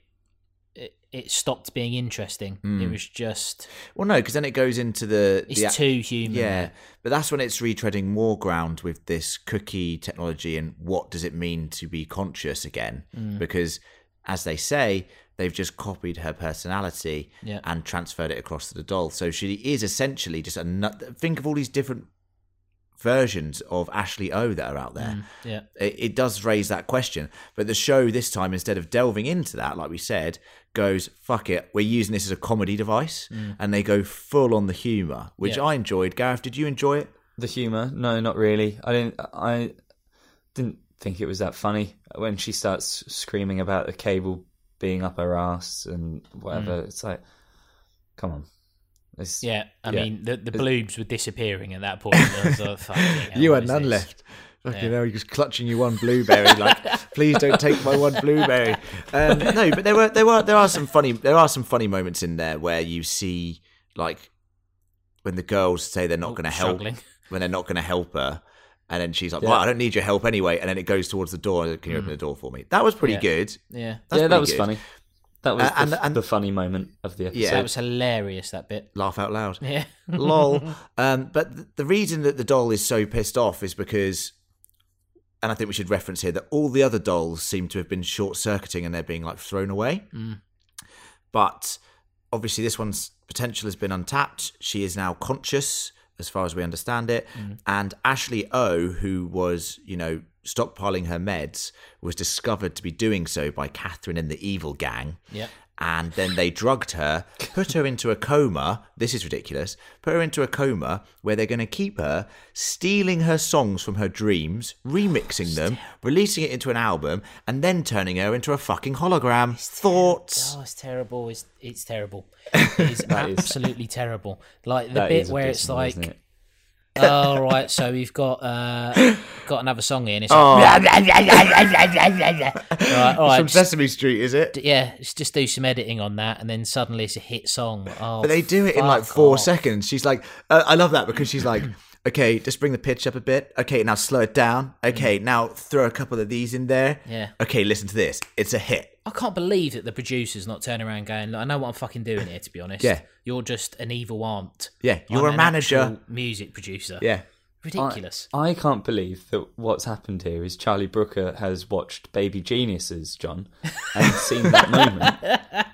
Speaker 2: It, it stopped being interesting.
Speaker 3: Hmm.
Speaker 2: It was just
Speaker 1: well, no, because then it goes into the.
Speaker 2: it's
Speaker 1: the act-
Speaker 2: too human.
Speaker 1: Yeah, but that's when it's retreading more ground with this cookie technology and what does it mean to be conscious again?
Speaker 2: Mm.
Speaker 1: Because, as they say, they've just copied her personality
Speaker 2: Yeah.
Speaker 1: and transferred it across to the doll. So she is essentially just a. nut- Think of all these different versions of Ashley O that are out there.
Speaker 2: Yeah.
Speaker 1: it, it does raise that question. But the show this time, instead of delving into that, like we said, goes fuck it. We're using this as a comedy device, and they go full on the humor, which
Speaker 2: Yeah.
Speaker 1: I enjoyed. Gareth, did you enjoy it?
Speaker 3: The humor? No, not really. I didn't. I didn't think it was that funny when she starts screaming about the cable being up her ass and whatever. It's like, come on. It's,
Speaker 2: Hmm. Yeah, I
Speaker 3: Yeah.
Speaker 2: mean the the bloobs were disappearing at that point. I was like, "Fucking hell, what is this?"
Speaker 1: Fucking hell, you're just clutching your one blueberry. Like, please don't take my one blueberry. Um, no, but there were there were there are some funny there are some funny moments in there where you see like when the girls say they're not
Speaker 2: Oh,
Speaker 1: going to help
Speaker 2: struggling.
Speaker 1: when they're not going to help her, and then she's like,
Speaker 3: Yeah.
Speaker 1: "Well, I don't need your help anyway," and then it goes towards the door. and, Can you open the door for me? That was pretty
Speaker 2: Mm. Yeah.
Speaker 1: good.
Speaker 2: Yeah,
Speaker 1: That's
Speaker 3: yeah,
Speaker 1: pretty
Speaker 3: that was
Speaker 1: good.
Speaker 3: funny. That was
Speaker 1: Uh, and-
Speaker 3: the,
Speaker 1: and-
Speaker 3: the funny moment of the episode.
Speaker 1: Yeah.
Speaker 2: that was hilarious. That bit.
Speaker 1: Laugh out loud.
Speaker 2: Yeah,
Speaker 1: lol. Um, but th- the reason that the doll is so pissed off is because, and I think we should reference here that all the other dolls seem to have been short circuiting and they're being like thrown away. But obviously, this one's potential has been untapped. She is now conscious, as far as we understand it. And Ashley O, who was, you know, stockpiling her meds, was discovered to be doing so by Catherine and the evil gang
Speaker 2: yeah.
Speaker 1: and then they drugged her, put her into a coma. This is ridiculous. Put her into a coma where they're going to keep her, stealing her songs from her dreams, remixing them, releasing it into an album, and then turning her into a fucking hologram. Thoughts?
Speaker 2: Oh, it's terrible. It's it's terrible. It is absolutely terrible. Like the
Speaker 3: That
Speaker 2: bit
Speaker 3: is
Speaker 2: where it's
Speaker 3: abysmal,
Speaker 2: like
Speaker 3: isn't it?
Speaker 2: All Oh, right, so we've got uh, got another song in. It's
Speaker 1: Oh.
Speaker 2: like, right, all
Speaker 1: It's
Speaker 2: right,
Speaker 1: from
Speaker 2: just-
Speaker 1: Sesame Street, is it?
Speaker 2: yeah, let's just do some editing on that, and then suddenly it's a hit song. Oh,
Speaker 1: But they do it in like four
Speaker 2: off.
Speaker 1: seconds. She's like, uh, I love that because she's like, okay, just bring the pitch up a bit. Okay, now slow it down. Okay, now throw a couple of these in there.
Speaker 2: Mm. Yeah.
Speaker 1: Okay, listen to this. It's a hit.
Speaker 2: I can't believe that the producer's not turning around going, "Look, I know what I'm fucking doing here, to be honest.
Speaker 1: Yeah.
Speaker 2: You're just an evil aunt.
Speaker 1: Yeah, you're
Speaker 2: I'm
Speaker 1: a
Speaker 2: an
Speaker 1: manager.
Speaker 2: actual music producer.
Speaker 1: Yeah.
Speaker 2: Ridiculous.
Speaker 3: I can't believe that what's happened here is Charlie Brooker has watched Baby Geniuses, John, and seen that moment.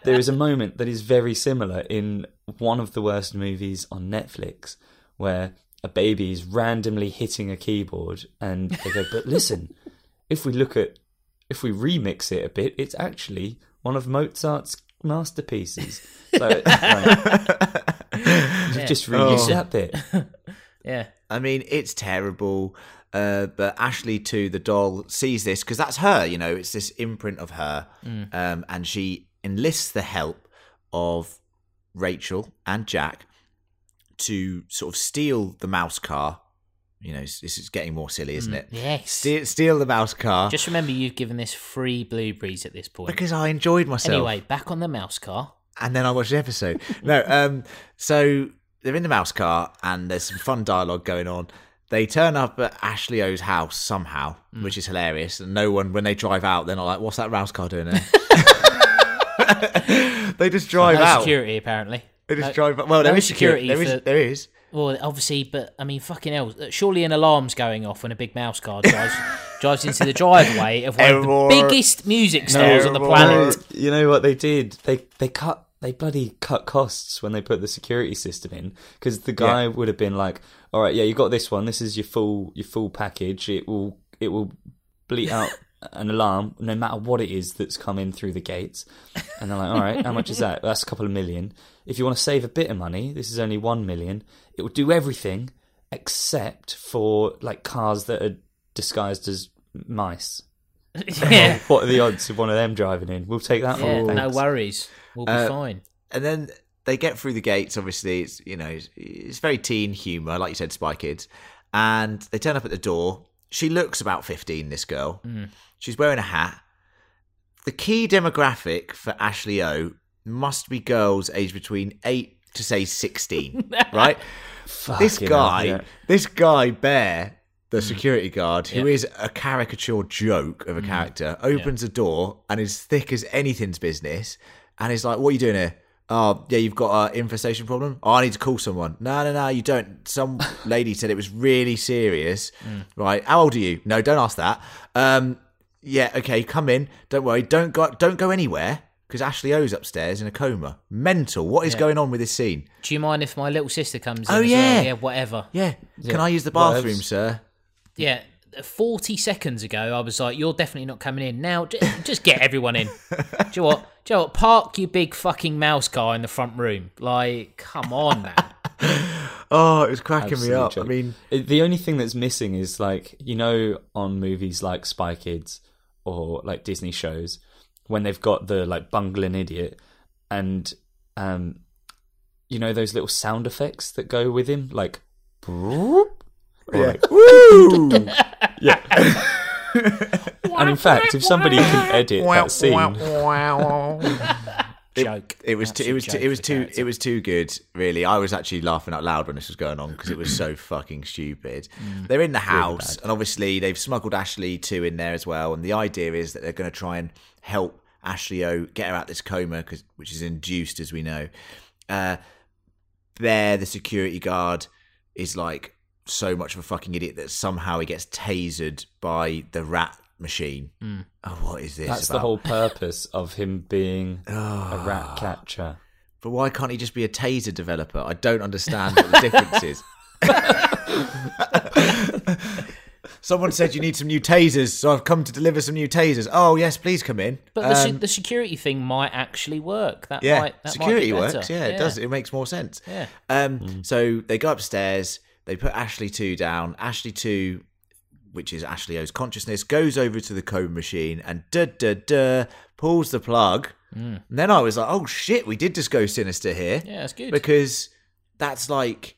Speaker 3: There is a moment that is very similar in one of the worst movies on Netflix where a baby is randomly hitting a keyboard and they go, But listen, if we look at, if we remix it a bit, it's actually one of Mozart's masterpieces. So it's like, you've just reused that bit.
Speaker 2: Yeah.
Speaker 1: I mean, it's terrible. Uh, but Ashley, too, the doll, sees this because that's her, you know, it's this imprint of her.
Speaker 2: Mm.
Speaker 1: Um, and she enlists the help of Rachel and Jack to sort of steal the mouse car. You know, this is getting more silly, isn't it?
Speaker 2: Yes.
Speaker 1: Steal, steal the mouse car
Speaker 2: Mm. Just remember you've given this free blueberries at this point.
Speaker 1: because I enjoyed myself.
Speaker 2: Anyway, back on the mouse car.
Speaker 1: and then I watched the episode. no, um, so they're in the mouse car, and there's some fun dialogue going on. They turn up at Ashley O's house somehow,
Speaker 2: Mm.
Speaker 1: which is hilarious. And no one, when they drive out, they're not like, "What's that mouse car doing there?" they just drive
Speaker 2: No
Speaker 1: out.
Speaker 2: security, apparently.
Speaker 1: They just
Speaker 2: No-
Speaker 1: drive. Well, there
Speaker 2: no
Speaker 1: is security.
Speaker 2: security for-
Speaker 1: There is.
Speaker 2: Well, obviously, but I mean, fucking hell. Surely an alarm's going off when a big mouse car drives, drives into the driveway of one of the
Speaker 1: Error.
Speaker 2: biggest music stars on the
Speaker 1: Error.
Speaker 2: planet.
Speaker 3: Oh, You know what they did? They they cut they bloody cut costs when they put the security system in because the guy would have been like, "All right, yeah, you got this one. This is your full your full package. It will it will bleat out an alarm no matter what it is that's come in through the gates." And they're like, "All right, how much is that? That's a couple of million. If you want to save a bit of money, this is only 1 million. It will do everything except for like cars that are disguised as mice."
Speaker 2: yeah.
Speaker 3: What are the odds of one of them driving in? We'll take that
Speaker 2: Yeah,
Speaker 3: one.
Speaker 2: no
Speaker 3: thanks.
Speaker 2: worries. We'll be
Speaker 1: Uh,
Speaker 2: fine.
Speaker 1: and then they get through the gates. Obviously, it's you know it's, it's very teen humor, like you said, Spy Kids. And they turn up at the door. She looks about fifteen. This girl. She's wearing a hat. The key demographic for Ashley O must be girls aged between eight to say sixteen, right? this
Speaker 3: Fucking
Speaker 1: guy,
Speaker 3: hell, yeah. Mm.
Speaker 1: this guy Bear, the security guard, who is a caricature joke
Speaker 3: Mm.
Speaker 1: of a character, opens a door and is thick as anything's business, and is like, "What are you doing here?" Oh, yeah, you've got an infestation problem. Oh, I need to call someone. No, no, no, you don't. Some lady said it was really serious.
Speaker 3: Mm.
Speaker 1: Right? How old are you? No, don't ask that. Um, yeah, okay, come in. Don't worry. Don't go. Don't go anywhere because Ashley O's upstairs in a coma. Mental. What is going on with this scene?
Speaker 2: Do you mind if my little sister comes in?
Speaker 1: Oh,
Speaker 2: as well?
Speaker 1: yeah.
Speaker 2: Yeah, whatever.
Speaker 1: Yeah. Can I use the
Speaker 3: Well, that's-
Speaker 1: bathroom, sir?
Speaker 2: Yeah. 40 seconds ago, I was like, you're definitely not coming in. Now, j- just get everyone in. Do you know what? Do you know what? Park your big fucking mouse car in the front room. Like, come on, man.
Speaker 1: Oh, it was cracking
Speaker 3: Absolute
Speaker 1: me up.
Speaker 3: joke.
Speaker 1: I mean,
Speaker 3: It- the only thing that's missing is like you know on movies like Spy Kids or like Disney shows when they've got the like bungling idiot and um you know those little sound effects that go with him like broop, or like
Speaker 1: woo!
Speaker 3: and in fact if somebody can edit that scene
Speaker 2: Joke.
Speaker 1: It was too, it
Speaker 2: Absolute
Speaker 1: was too,
Speaker 2: joke
Speaker 1: it was
Speaker 2: for the
Speaker 1: too
Speaker 2: character.
Speaker 1: it was too good. Really, I was actually laughing out loud when this was going on because it was so fucking stupid.
Speaker 2: Mm.
Speaker 1: They're in the house, and obviously they've smuggled Ashley too in there as well. And the idea is that they're going to try and help Ashley O get her out this coma, 'cause- which is induced, as we know. Uh, there, the security guard is like so much of a fucking idiot that somehow he gets tasered by the rat machine.
Speaker 2: Mm.
Speaker 1: Oh, what is this?
Speaker 3: that's the
Speaker 1: about?
Speaker 3: whole purpose of him being a
Speaker 1: Ah.
Speaker 3: rat catcher
Speaker 1: But why can't he just be a taser developer? I don't understand what the difference is. Someone said you need some new tasers, so I've come to deliver some new tasers. Oh yes, please come in.
Speaker 2: But the, se- the security thing might actually work. That
Speaker 1: Um, Yeah,
Speaker 2: might that
Speaker 1: security
Speaker 2: might be better.
Speaker 1: works. Yeah, it does. It makes more sense.
Speaker 2: Yeah. Hmm.
Speaker 1: Um. So they go upstairs. They put Ashley two down. Ashley two, which is Ashley O's consciousness, goes over to the code machine and da da da pulls the plug.
Speaker 2: Hmm.
Speaker 1: And then I was like, oh shit, we did just go sinister here
Speaker 2: Yeah, that's good.
Speaker 1: because that's like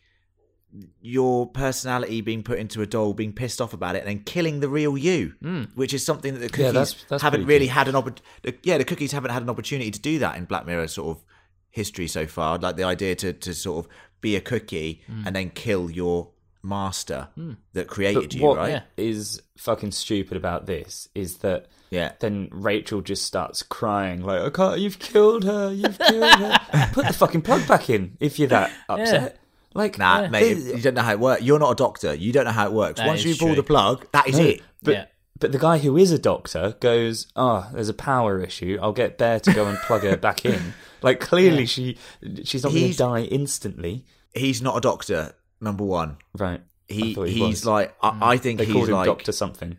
Speaker 1: your personality being put into a doll, being pissed off about it, and then killing the real you, which is something that the cookies
Speaker 3: Yeah, that's- that's
Speaker 1: haven't
Speaker 3: pretty
Speaker 1: really had an opportunity. Yeah, the cookies haven't had an opportunity to do that in Black Mirror sort of history so far. Like the idea to to sort of be a cookie and then kill your master that created
Speaker 3: But
Speaker 1: you,
Speaker 3: what
Speaker 1: right?
Speaker 2: Yeah.
Speaker 3: is fucking stupid about this is that
Speaker 1: Yeah.
Speaker 3: then Rachel just starts crying like, "I can't. You've killed her. You've killed her. Put the fucking plug back in if you're that upset." Like,
Speaker 1: Nah, mate,
Speaker 3: this-
Speaker 1: you don't know how it works. You're not a doctor. You don't know how it works.
Speaker 2: That
Speaker 1: Once
Speaker 2: is
Speaker 1: you pull the
Speaker 2: true.
Speaker 1: plug, that is it.
Speaker 3: But,
Speaker 2: Yeah.
Speaker 3: but the guy who is a doctor goes, "Ah, there's a power issue. I'll get Bear to go and plug her back in." Like clearly she she's not going
Speaker 1: He's-
Speaker 3: to die instantly,
Speaker 1: He's not a doctor. Number one,
Speaker 3: right? I
Speaker 1: he,
Speaker 3: thought
Speaker 1: he's
Speaker 3: was. Mm.
Speaker 1: like I, I think
Speaker 3: they
Speaker 1: he's
Speaker 3: called him
Speaker 1: like
Speaker 3: Doctor something.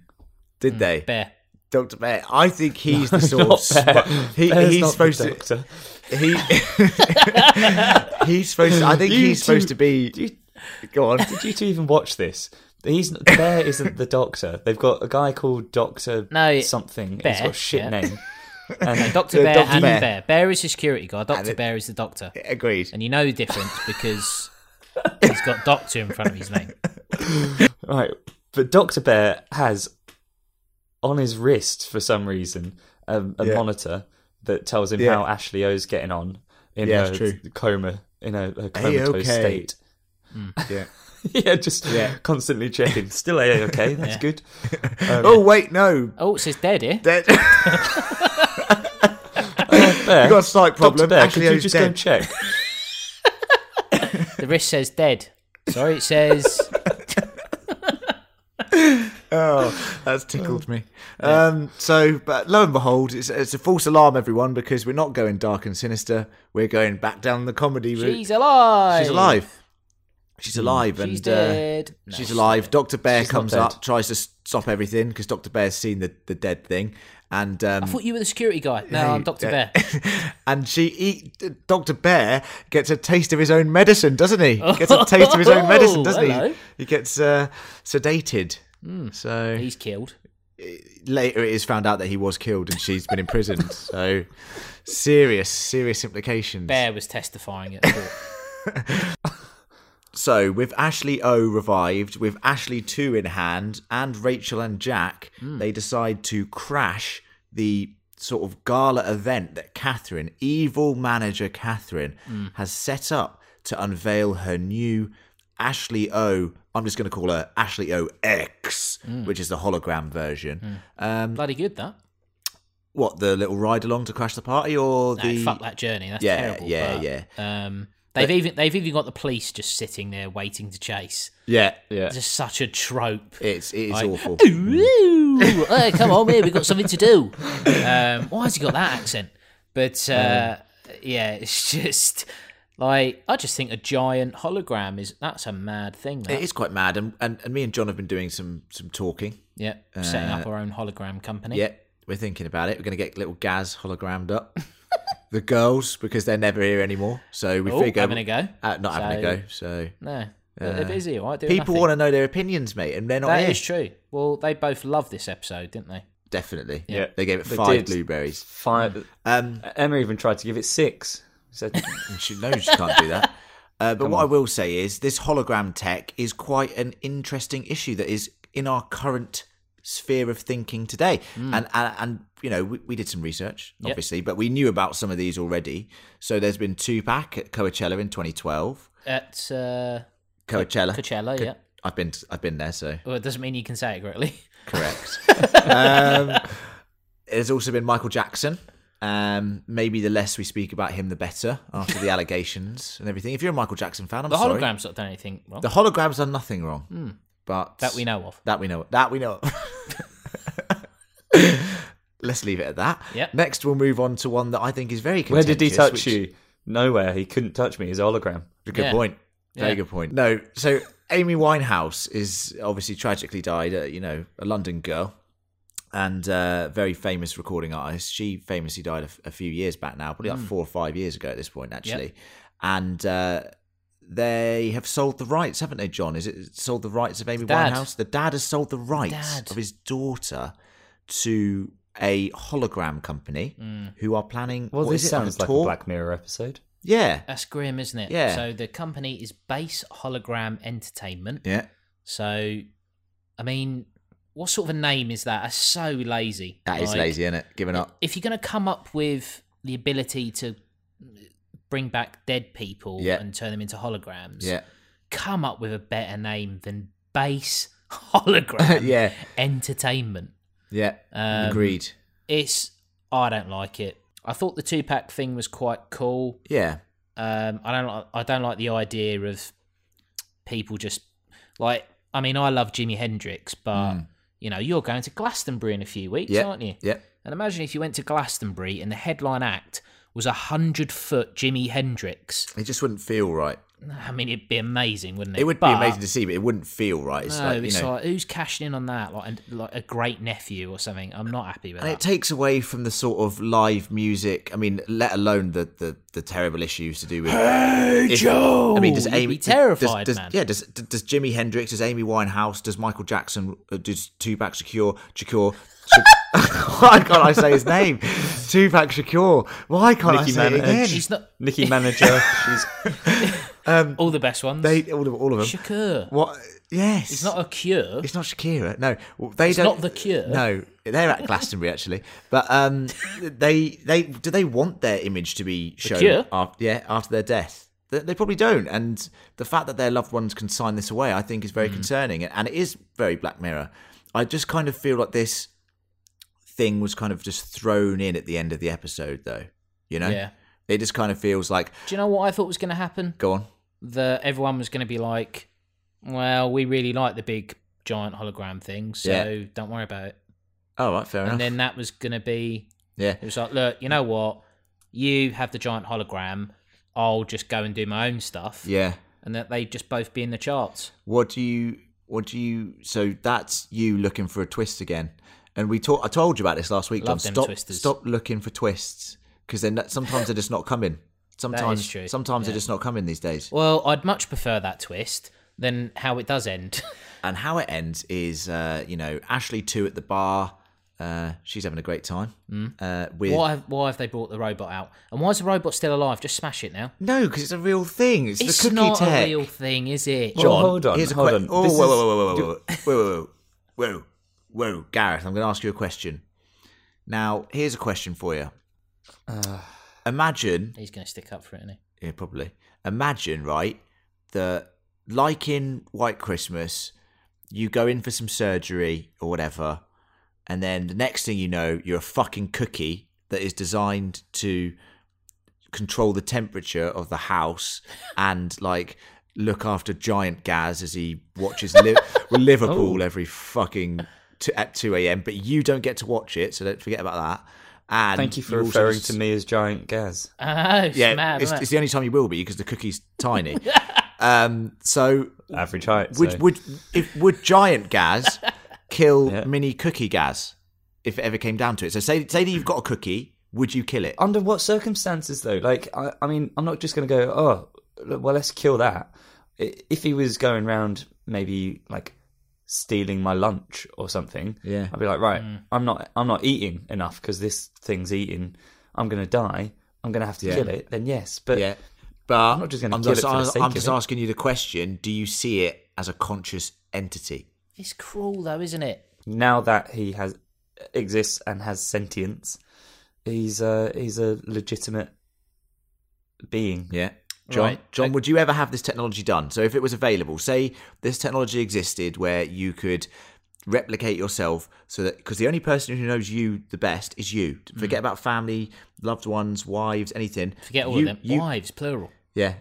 Speaker 1: did they
Speaker 2: Bear.
Speaker 1: Doctor Bear? I think he's the sort of
Speaker 3: Bear.
Speaker 1: spo- he,
Speaker 3: Bear's
Speaker 1: he's
Speaker 3: not
Speaker 1: supposed
Speaker 3: the
Speaker 1: to
Speaker 3: doctor.
Speaker 1: he he's supposed to, I think
Speaker 3: You
Speaker 1: he's supposed
Speaker 3: two-
Speaker 1: to be
Speaker 3: Do you,
Speaker 1: go on
Speaker 3: did you two even watch this? He's not, Bear isn't the doctor. They've got a guy called Doctor
Speaker 2: No,
Speaker 3: something. He's
Speaker 2: Bear,
Speaker 3: got a shit
Speaker 2: yeah.
Speaker 3: name.
Speaker 2: Dr.
Speaker 1: The
Speaker 2: Bear
Speaker 1: Dr.
Speaker 2: and
Speaker 1: Bear.
Speaker 2: Bear. Bear. is the security guard. Dr.
Speaker 1: it-
Speaker 2: Bear is the doctor.
Speaker 1: agreed
Speaker 2: And you know the difference because he's got Doctor in front of his name.
Speaker 3: Right, but Doctor Bear has on his wrist for some reason a, a
Speaker 1: Yeah.
Speaker 3: monitor that tells him
Speaker 1: Yeah.
Speaker 3: how Ashley O's getting on in
Speaker 1: Yeah,
Speaker 3: her
Speaker 1: it's true.
Speaker 3: coma, in her, her comatose
Speaker 1: okay?
Speaker 3: state.
Speaker 2: Hmm.
Speaker 1: yeah
Speaker 3: yeah, just
Speaker 1: Yeah.
Speaker 3: constantly checking. Still a okay. That's
Speaker 2: Yeah.
Speaker 3: good.
Speaker 1: oh wait no
Speaker 2: Oh, it says dead here.
Speaker 1: dead
Speaker 3: Bear,
Speaker 1: you got a sight
Speaker 3: Doctor
Speaker 1: problem
Speaker 3: Bear,
Speaker 1: actually
Speaker 3: could you
Speaker 1: he's
Speaker 3: just go
Speaker 1: dead
Speaker 3: and check?
Speaker 2: The wrist says dead. Sorry, it says
Speaker 1: oh that's tickled me um so but lo and behold it's, it's a false alarm everyone because we're not going dark and sinister we're going back down the comedy route
Speaker 2: she's alive.
Speaker 1: she's alive
Speaker 3: Mm.
Speaker 1: she's alive and
Speaker 2: She's
Speaker 1: uh,
Speaker 2: dead. No,
Speaker 1: She's alive. Dr. Bear
Speaker 3: not
Speaker 1: comes
Speaker 3: dead.
Speaker 1: up, tries to stop everything because Dr. Bear's seen the, the dead thing. And um,
Speaker 2: I thought you were the security guy. No, I'm Doctor
Speaker 1: uh,
Speaker 2: Bear.
Speaker 1: and she eat, Dr. Bear gets a taste of his own medicine, doesn't he? Gets a taste of his own medicine, doesn't
Speaker 2: Oh, hello. Hmm.
Speaker 1: he? He gets uh, sedated. So
Speaker 2: He's killed.
Speaker 1: later it is found out that he was killed and she's been imprisoned. so serious, serious implications.
Speaker 2: Bear was testifying at court.
Speaker 1: So with Ashley O revived, with Ashley two in hand, and Rachel and Jack,
Speaker 2: Hmm.
Speaker 1: they decide to crash the sort of gala event that Catherine, evil manager Catherine,
Speaker 2: Hmm.
Speaker 1: has set up to unveil her new Ashley O. I'm just going to call her Ashley O X,
Speaker 2: Hmm.
Speaker 1: which is the hologram version. Um,
Speaker 2: Bloody good that.
Speaker 1: what the little ride along to crash the party, or
Speaker 2: No,
Speaker 1: the
Speaker 2: fuck that journey. That's
Speaker 1: Yeah,
Speaker 2: terrible.
Speaker 1: yeah,
Speaker 2: but,
Speaker 1: yeah.
Speaker 2: Um, they've even they've even got the police just sitting there waiting to chase.
Speaker 1: yeah,
Speaker 3: Yeah.
Speaker 2: Just such a trope.
Speaker 1: it's it's
Speaker 2: Like,
Speaker 1: awful.
Speaker 2: Ooh, hey, come on, here we've got something to do. Um, why has he got that accent? But uh, yeah, it's just like I just think a giant hologram is that's a mad thing. That.
Speaker 1: It is quite mad, and, and and me and John have been doing some some talking.
Speaker 2: Yeah, setting up our own hologram company.
Speaker 1: Yeah, we're thinking about it. We're going to get little Gaz hologrammed up. the girls, because they're never here anymore. So we
Speaker 2: Oh,
Speaker 1: figure.
Speaker 2: having a go.
Speaker 1: Uh, not having a
Speaker 2: So-
Speaker 1: go. So
Speaker 2: No, But they're busy. All right, doing
Speaker 1: people
Speaker 2: nothing.
Speaker 1: want to know their opinions, mate, and they're not
Speaker 2: That
Speaker 1: here.
Speaker 2: is true. Well, they both loved this episode, didn't they?
Speaker 1: Definitely.
Speaker 3: Yeah.
Speaker 1: They gave it
Speaker 3: They
Speaker 1: five
Speaker 3: did.
Speaker 1: blueberries.
Speaker 3: Five.
Speaker 1: Um,
Speaker 3: Emma even tried to give it six. Said,
Speaker 1: and she knows she can't do that. Uh, but what I will say is this hologram tech is quite an interesting issue that is in our current sphere of thinking today. And, and and you know, we, we did some research,
Speaker 2: Hmm. Yep.
Speaker 1: obviously, but we knew about some of these already. So there's been Tupac at Coachella in 2012.
Speaker 2: At uh,
Speaker 1: Coachella.
Speaker 2: Coachella, yeah.
Speaker 1: I've been to- I've been there, so
Speaker 2: Well, it doesn't mean you can say it correctly.
Speaker 1: correct. um, there's also been Michael Jackson. Um, maybe the less we speak about him, the better. After the allegations and everything, if you're a Michael Jackson fan, I'm
Speaker 2: The
Speaker 1: sorry.
Speaker 2: hologram's not done anything wrong
Speaker 1: The holograms done nothing wrong, but
Speaker 2: Hmm. that we know of.
Speaker 1: that we know that we know. Let's leave it at that.
Speaker 2: Yep.
Speaker 1: Next, we'll move on to one that I think is very.
Speaker 3: Where did he
Speaker 1: contentious,
Speaker 3: touch
Speaker 1: which-
Speaker 3: you? Nowhere. He couldn't touch me. He's a hologram.
Speaker 1: Good
Speaker 2: Yeah.
Speaker 1: point. Very
Speaker 2: Yeah.
Speaker 1: good point. No, so Amy Winehouse is obviously tragically died. Uh, you know, a London girl and uh, very famous recording artist. She famously died a, f- a few years back now, probably like four or five years ago at this point, actually. And uh, they have sold the rights, haven't they, John? Is it sold the rights of Amy
Speaker 2: dad.
Speaker 1: Winehouse? The dad has sold the rights
Speaker 2: dad.
Speaker 1: of his daughter to a hologram company who are planning.
Speaker 3: Well,
Speaker 1: what
Speaker 3: this
Speaker 1: is it,
Speaker 3: sounds like a
Speaker 1: tour?
Speaker 3: Black Mirror episode.
Speaker 1: Yeah.
Speaker 2: That's grim, isn't it?
Speaker 1: Yeah.
Speaker 2: So the company is Base Hologram Entertainment.
Speaker 1: Yeah.
Speaker 2: So, I mean, what sort of a name is that? That's so lazy.
Speaker 1: That is
Speaker 2: Like,
Speaker 1: lazy, isn't it? Giving up.
Speaker 2: If you're going to come up with the ability to bring back dead people
Speaker 1: Yeah.
Speaker 2: and turn them into holograms,
Speaker 1: Yeah.
Speaker 2: come up with a better name than Base Hologram
Speaker 1: yeah.
Speaker 2: Entertainment.
Speaker 1: Yeah.
Speaker 2: Um,
Speaker 1: Agreed.
Speaker 2: It's I don't like it. I thought the two pack thing was quite cool.
Speaker 1: Yeah.
Speaker 2: Um, I don't like, I don't like the idea of people just like. I mean, I love Jimi Hendrix, but you know, you're going to Glastonbury in a few weeks,
Speaker 1: Hmm. Yeah.
Speaker 2: aren't you?
Speaker 1: Yeah.
Speaker 2: And imagine if you went to Glastonbury and the headline act was a hundred foot Jimi Hendrix.
Speaker 1: It just wouldn't feel right.
Speaker 2: I mean, it'd be amazing, wouldn't it?
Speaker 1: It would
Speaker 2: But-
Speaker 1: be amazing to see, but it wouldn't feel right. It's
Speaker 2: no,
Speaker 1: like, you
Speaker 2: it's
Speaker 1: know,
Speaker 2: like who's cashing in on that? Like, and- like a great nephew or something. I'm not happy with
Speaker 1: and
Speaker 2: that.
Speaker 1: it takes away from the sort of live music. I mean, let alone the the, the terrible issues to do with. Hey Joe! I mean, does
Speaker 2: Oh, You'd
Speaker 1: Amy
Speaker 2: be terrified,
Speaker 1: does, does,
Speaker 2: man.
Speaker 1: Yeah, does d- does Jimi Hendrix, does Amy Winehouse, does Michael Jackson, uh, does Tupac Shakur, Shakur? Shak- Why can't I say his name? Tupac Shakur. Why can't I
Speaker 3: Nicki
Speaker 1: say it
Speaker 3: Minaj.
Speaker 1: again?
Speaker 2: He's not
Speaker 3: Nikki Manager. She's
Speaker 2: all the best ones.
Speaker 1: They all of all of them.
Speaker 2: Shakur.
Speaker 1: What? Yes.
Speaker 2: It's not a cure.
Speaker 1: It's not Shakira. No, Well, they
Speaker 2: It's
Speaker 1: don't.
Speaker 2: not The Cure.
Speaker 1: No, they're at Glastonbury actually. But um, they they do they want their image to be shown?
Speaker 2: Cure?
Speaker 1: af- yeah, after their death, they, they probably don't. And the fact that their loved ones can sign this away, I think, is
Speaker 2: Hmm.
Speaker 1: very concerning, and, and it is very Black Mirror. I just kind of feel like this thing was kind of just thrown in at the end of the episode, though. You know,
Speaker 2: Yeah.
Speaker 1: it just kind of feels like
Speaker 2: Do you know what I thought was going to happen?
Speaker 1: go on.
Speaker 2: that everyone was going to be like, "Well, we really like the big giant hologram thing, so
Speaker 1: Yeah.
Speaker 2: don't worry about it."
Speaker 1: Oh, right, fair enough.
Speaker 2: And then that was going to be
Speaker 1: yeah,
Speaker 2: it was like, "Look, you know what? You have the giant hologram. I'll just go and do my own stuff."
Speaker 1: yeah.
Speaker 2: And that they just both be in the charts.
Speaker 1: What do you? What do you? So that's you looking for a twist again. And we talked. I told you about this last week. John.
Speaker 2: Love them
Speaker 1: Stop.
Speaker 2: twisters.
Speaker 1: Stop looking for twists because then that, sometimes they're just not coming. Sometimes,
Speaker 2: true,
Speaker 1: sometimes
Speaker 2: yeah.
Speaker 1: they're just not coming these days.
Speaker 2: Well, I'd much prefer that twist than how it does end.
Speaker 1: And how it ends is, uh, you know, Ashley two at the bar. Uh, she's having a great time.
Speaker 2: Mm.
Speaker 1: Uh, with
Speaker 2: why? Have, why have they brought the robot out? And why is the robot still alive? Just smash it now.
Speaker 1: no, because it's a real thing. It's,
Speaker 2: It's
Speaker 1: the cookie
Speaker 2: not
Speaker 1: tech.
Speaker 2: a real thing, is it?
Speaker 3: Well, hold on,
Speaker 1: Here's a
Speaker 3: hold
Speaker 1: que-
Speaker 3: on.
Speaker 1: Oh,
Speaker 3: This
Speaker 1: whoa,
Speaker 3: is-
Speaker 1: whoa, whoa, whoa, whoa, whoa, whoa, whoa, whoa, whoa, Gareth. I'm going to ask you a question. Now, here's a question for you.
Speaker 3: Uh,
Speaker 1: Imagine,
Speaker 2: He's going to stick up for it, isn't he?
Speaker 1: yeah, probably. Imagine, right, that like in White Christmas, you go in for some surgery or whatever, and then the next thing you know, you're a fucking cookie that is designed to control the temperature of the house and like look after giant Gaz as he watches Liv-
Speaker 3: Oh.
Speaker 1: Liverpool every fucking t- at two a.m. But you don't get to watch it, so don't forget about that. And
Speaker 3: thank you for
Speaker 1: also
Speaker 3: referring
Speaker 1: just-
Speaker 3: to me as Giant Gaz.
Speaker 1: Uh,
Speaker 2: Oh, it's
Speaker 1: Yeah,
Speaker 2: mad,
Speaker 1: it's,
Speaker 2: isn't it?
Speaker 1: it's the only time you will be because the cookie's tiny. um, so
Speaker 3: Average height.
Speaker 1: would
Speaker 3: so-
Speaker 1: would if would giant gas kill
Speaker 3: Yeah.
Speaker 1: mini cookie gas if it ever came down to it? So say say that you've got a cookie, would you kill it?
Speaker 3: Under what circumstances, though? Like, I, I mean, I'm not just going to go, oh, l- well, let's kill that. I- If he was going round, maybe like stealing my lunch or something,
Speaker 1: Yeah.
Speaker 3: I'd be like, right,
Speaker 2: Mm.
Speaker 3: I'm not, I'm not eating enough because this thing's eating. I'm going to die. I'm going to have to
Speaker 1: Yeah.
Speaker 3: kill it. Then yes, but
Speaker 1: Yeah, but I'm
Speaker 3: not just gonna
Speaker 1: I'm
Speaker 3: kill
Speaker 1: just,
Speaker 3: it for the
Speaker 1: I'm-
Speaker 3: sake
Speaker 1: I'm
Speaker 3: of
Speaker 1: just
Speaker 3: it.
Speaker 1: asking you the question: Do you see it as a conscious entity?
Speaker 2: It's cruel, though, isn't it?
Speaker 3: now that he has exists and has sentience, he's a he's a legitimate being.
Speaker 1: Yeah. John,
Speaker 2: Right.
Speaker 1: John, would you ever have this technology done? So, if it was available, say this technology existed where you could replicate yourself, so that because the only person who knows you the best is you. Forget about family, loved ones, wives, anything.
Speaker 2: Hmm. Forget all
Speaker 1: You-
Speaker 2: of them.
Speaker 1: you-
Speaker 2: Wives, plural.
Speaker 1: Yeah.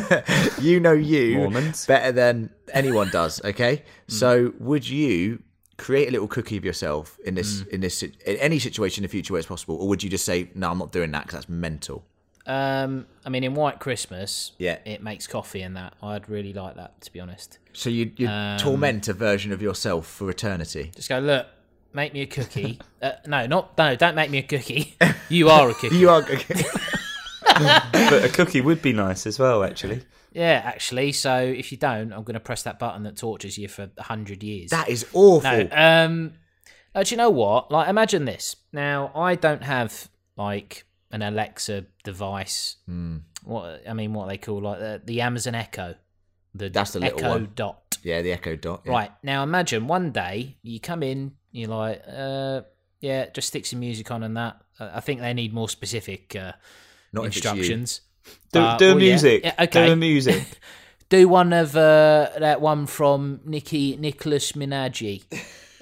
Speaker 1: you know you
Speaker 3: Mormons.
Speaker 1: better than anyone does, okay?
Speaker 2: Hmm.
Speaker 1: So would you create a little cookie of yourself in this
Speaker 2: Hmm.
Speaker 1: in this sit- in any situation in the future where it's possible or would you just say no I'm not doing that cuz that's mental?
Speaker 2: Um, I mean, in White Christmas,
Speaker 1: Yeah.
Speaker 2: it makes coffee and that. I'd really like that, to be honest.
Speaker 1: So you you
Speaker 2: Um,
Speaker 1: torment a version of yourself for eternity.
Speaker 2: Just go, look, make me a cookie. uh, no, not no, don't make me a cookie. You are a cookie.
Speaker 1: You are
Speaker 3: But a cookie would be nice as well, actually.
Speaker 2: yeah, actually. So if you don't, I'm going to press that button that tortures you for a hundred years.
Speaker 1: that is awful.
Speaker 2: No, uh, um, uh, do you know what? Like, imagine this. Now, I don't have like an Alexa device.
Speaker 1: Hmm.
Speaker 2: What I mean, what they call like the, the Amazon Echo. The
Speaker 1: That's the little
Speaker 2: Echo
Speaker 1: one.
Speaker 2: Dot.
Speaker 1: Yeah, the Echo Dot. yeah.
Speaker 2: Right now, imagine one day you come in, you're like, uh, yeah, just stick some music on and that. Uh, I I think they need more specific uh,
Speaker 1: Not if it's you.
Speaker 2: instructions.
Speaker 3: Do,
Speaker 2: But-
Speaker 3: do a
Speaker 2: well, Uh, oh, yeah.
Speaker 3: music.
Speaker 2: Yeah, okay.
Speaker 3: Do a music.
Speaker 2: Do one of uh, that one from Nicki Nicholas Minaj.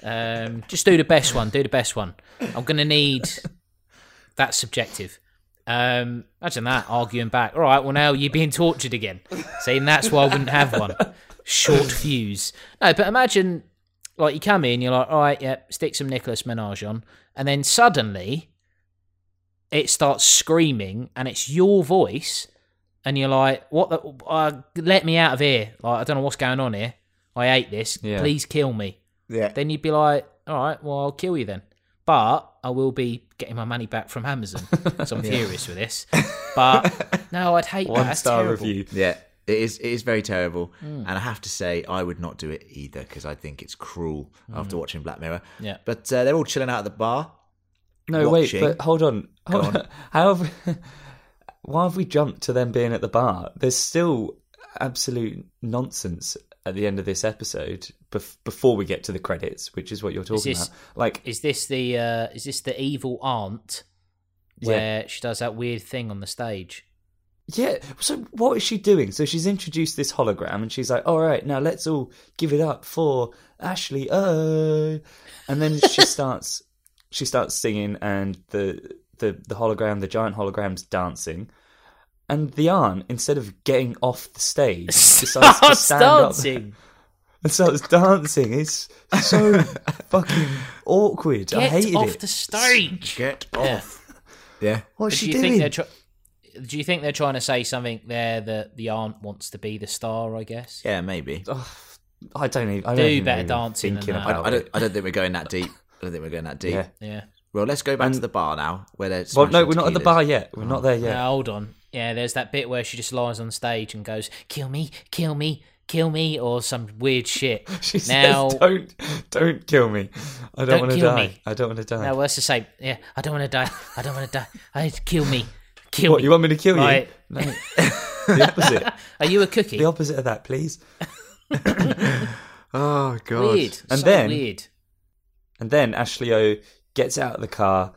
Speaker 2: Um, just do the best one. Do the best one. I'm gonna need that's subjective. Um, imagine that arguing back. All right, well now you're being tortured again. Saying that's why I wouldn't have one. Short fuse. No, but imagine like you come in, you're like, all right, yeah, stick some Nicholas Minaj on, and then suddenly it starts screaming, and it's your voice, and you're like, what? The, uh, let me out of here! Like I don't know what's going on here. I hate this.
Speaker 3: Yeah.
Speaker 2: Please kill me
Speaker 1: Yeah.
Speaker 2: then you'd be like, all right, well, I'll kill you then. But I will be getting my money back from Amazon. So I'm furious with this. But no, I'd hate that.
Speaker 3: One
Speaker 2: That's
Speaker 3: star
Speaker 2: terrible.
Speaker 3: review.
Speaker 1: Yeah, it is. It is very terrible,
Speaker 2: Hmm.
Speaker 1: and I have to say, I would not do it either because I think it's cruel after watching Black Mirror.
Speaker 2: Hmm. Yeah.
Speaker 1: but uh, they're all chilling out at the bar.
Speaker 3: No,
Speaker 1: watching.
Speaker 3: wait, but hold on. Hold
Speaker 1: on.
Speaker 3: on. How have, why have we jumped to them being at the bar? There's still absolute nonsense at the end of this episode bef- before we get to the credits, which is what you're talking
Speaker 2: this-
Speaker 3: about. Like,
Speaker 2: Is this the uh, is this the evil aunt where she does that weird thing on the stage?
Speaker 3: yeah, so what is she doing? So she's introduced this hologram and she's like, all right, now let's all give it up for Ashley. Oh. And then she starts she starts singing and the the the hologram, the giant hologram's dancing. And the aunt, instead of getting off the stage, decides to
Speaker 2: Starts
Speaker 3: stand up
Speaker 2: dancing.
Speaker 3: and starts dancing. It's so fucking awkward. I hated
Speaker 2: Get off
Speaker 3: it.
Speaker 2: the stage.
Speaker 1: Get off. Yeah,
Speaker 3: What's she
Speaker 2: Do you
Speaker 3: doing?
Speaker 2: think they're tr- do you think they're trying to say something there that the aunt wants to be the star? I guess.
Speaker 1: yeah, maybe.
Speaker 3: I don't even. I
Speaker 2: Do
Speaker 3: don't even
Speaker 2: better
Speaker 3: really
Speaker 2: dancing than
Speaker 3: Thinking
Speaker 2: that.
Speaker 1: I,
Speaker 3: about
Speaker 1: I
Speaker 3: it.
Speaker 1: don't. I don't think we're going that deep. I don't think we're going that deep.
Speaker 3: Yeah.
Speaker 2: Yeah.
Speaker 1: Well, let's go back to the bar now. Where they're
Speaker 3: Well, no,
Speaker 1: smashing
Speaker 3: we're not at the
Speaker 1: tequilas.
Speaker 3: bar yet. We're not there yet.
Speaker 2: Now, hold on. Yeah, there's that bit where she just lies on stage and goes, "Kill me, kill me, kill me," or some weird shit.
Speaker 3: She
Speaker 2: now,
Speaker 3: says, "Don't, don't kill me. I
Speaker 2: Don't
Speaker 3: don't, want to
Speaker 2: kill
Speaker 3: die.
Speaker 2: me."
Speaker 3: I don't want to die.
Speaker 2: now that's the same. Yeah, I don't want to die. I don't want to die. I kill me, kill
Speaker 3: what
Speaker 2: me.
Speaker 3: you want me to kill
Speaker 2: Right.
Speaker 3: you? No. the opposite.
Speaker 2: Are you a cookie?
Speaker 3: The opposite of that, please.
Speaker 1: Oh god.
Speaker 2: weird.
Speaker 3: And
Speaker 2: so
Speaker 3: then-
Speaker 2: weird.
Speaker 3: And then Ashley O gets out of the car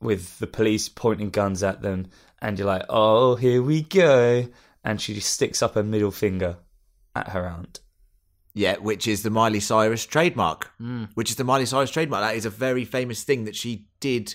Speaker 3: with the police pointing guns at them, and you're like, "Oh, here we go!" And she just sticks up her middle finger at her aunt.
Speaker 1: Yeah, which is the Miley Cyrus trademark. Which is the Miley Cyrus trademark. That is a very famous thing that she did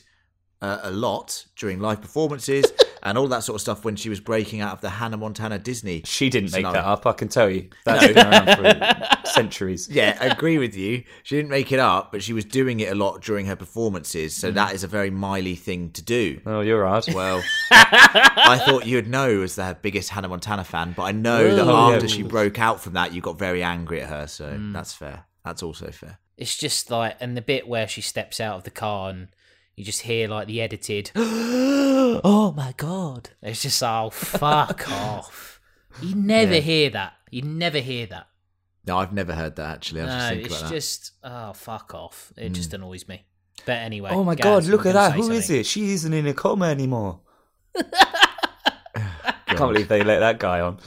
Speaker 1: uh, a lot during live performances and all that sort of stuff when she was breaking out of the Hannah Montana Disney.
Speaker 3: She didn't make
Speaker 1: Scenario.
Speaker 3: that up. I can tell you. That's been around for centuries.
Speaker 1: Yeah, I agree with you. She didn't make it up, but she was doing it a lot during her performances. So that is a very Miley thing to do.
Speaker 3: Oh, you're hard.
Speaker 1: Well, I thought you'd know as the biggest Hannah Montana fan, but I know that
Speaker 3: Oh,
Speaker 1: after
Speaker 3: yeah.
Speaker 1: she broke out from that, you got very angry at her. So that's fair. That's also fair.
Speaker 2: It's just like, and the bit where she steps out of the car and you just hear like the edited, oh my god. It's just, oh, fuck off. You never hear that. You never hear that.
Speaker 1: No, I've never heard that actually. I was
Speaker 2: No,
Speaker 1: just thinking
Speaker 2: it's
Speaker 1: about that.
Speaker 2: just oh fuck off. It just annoys me. But anyway,
Speaker 3: Oh my
Speaker 2: Gaz,
Speaker 3: god, look
Speaker 2: you
Speaker 3: at
Speaker 2: were gonna
Speaker 3: that.
Speaker 2: say
Speaker 3: Who is
Speaker 2: something.
Speaker 3: it? She isn't in a coma anymore. I
Speaker 1: God.
Speaker 3: can't believe they let that guy on.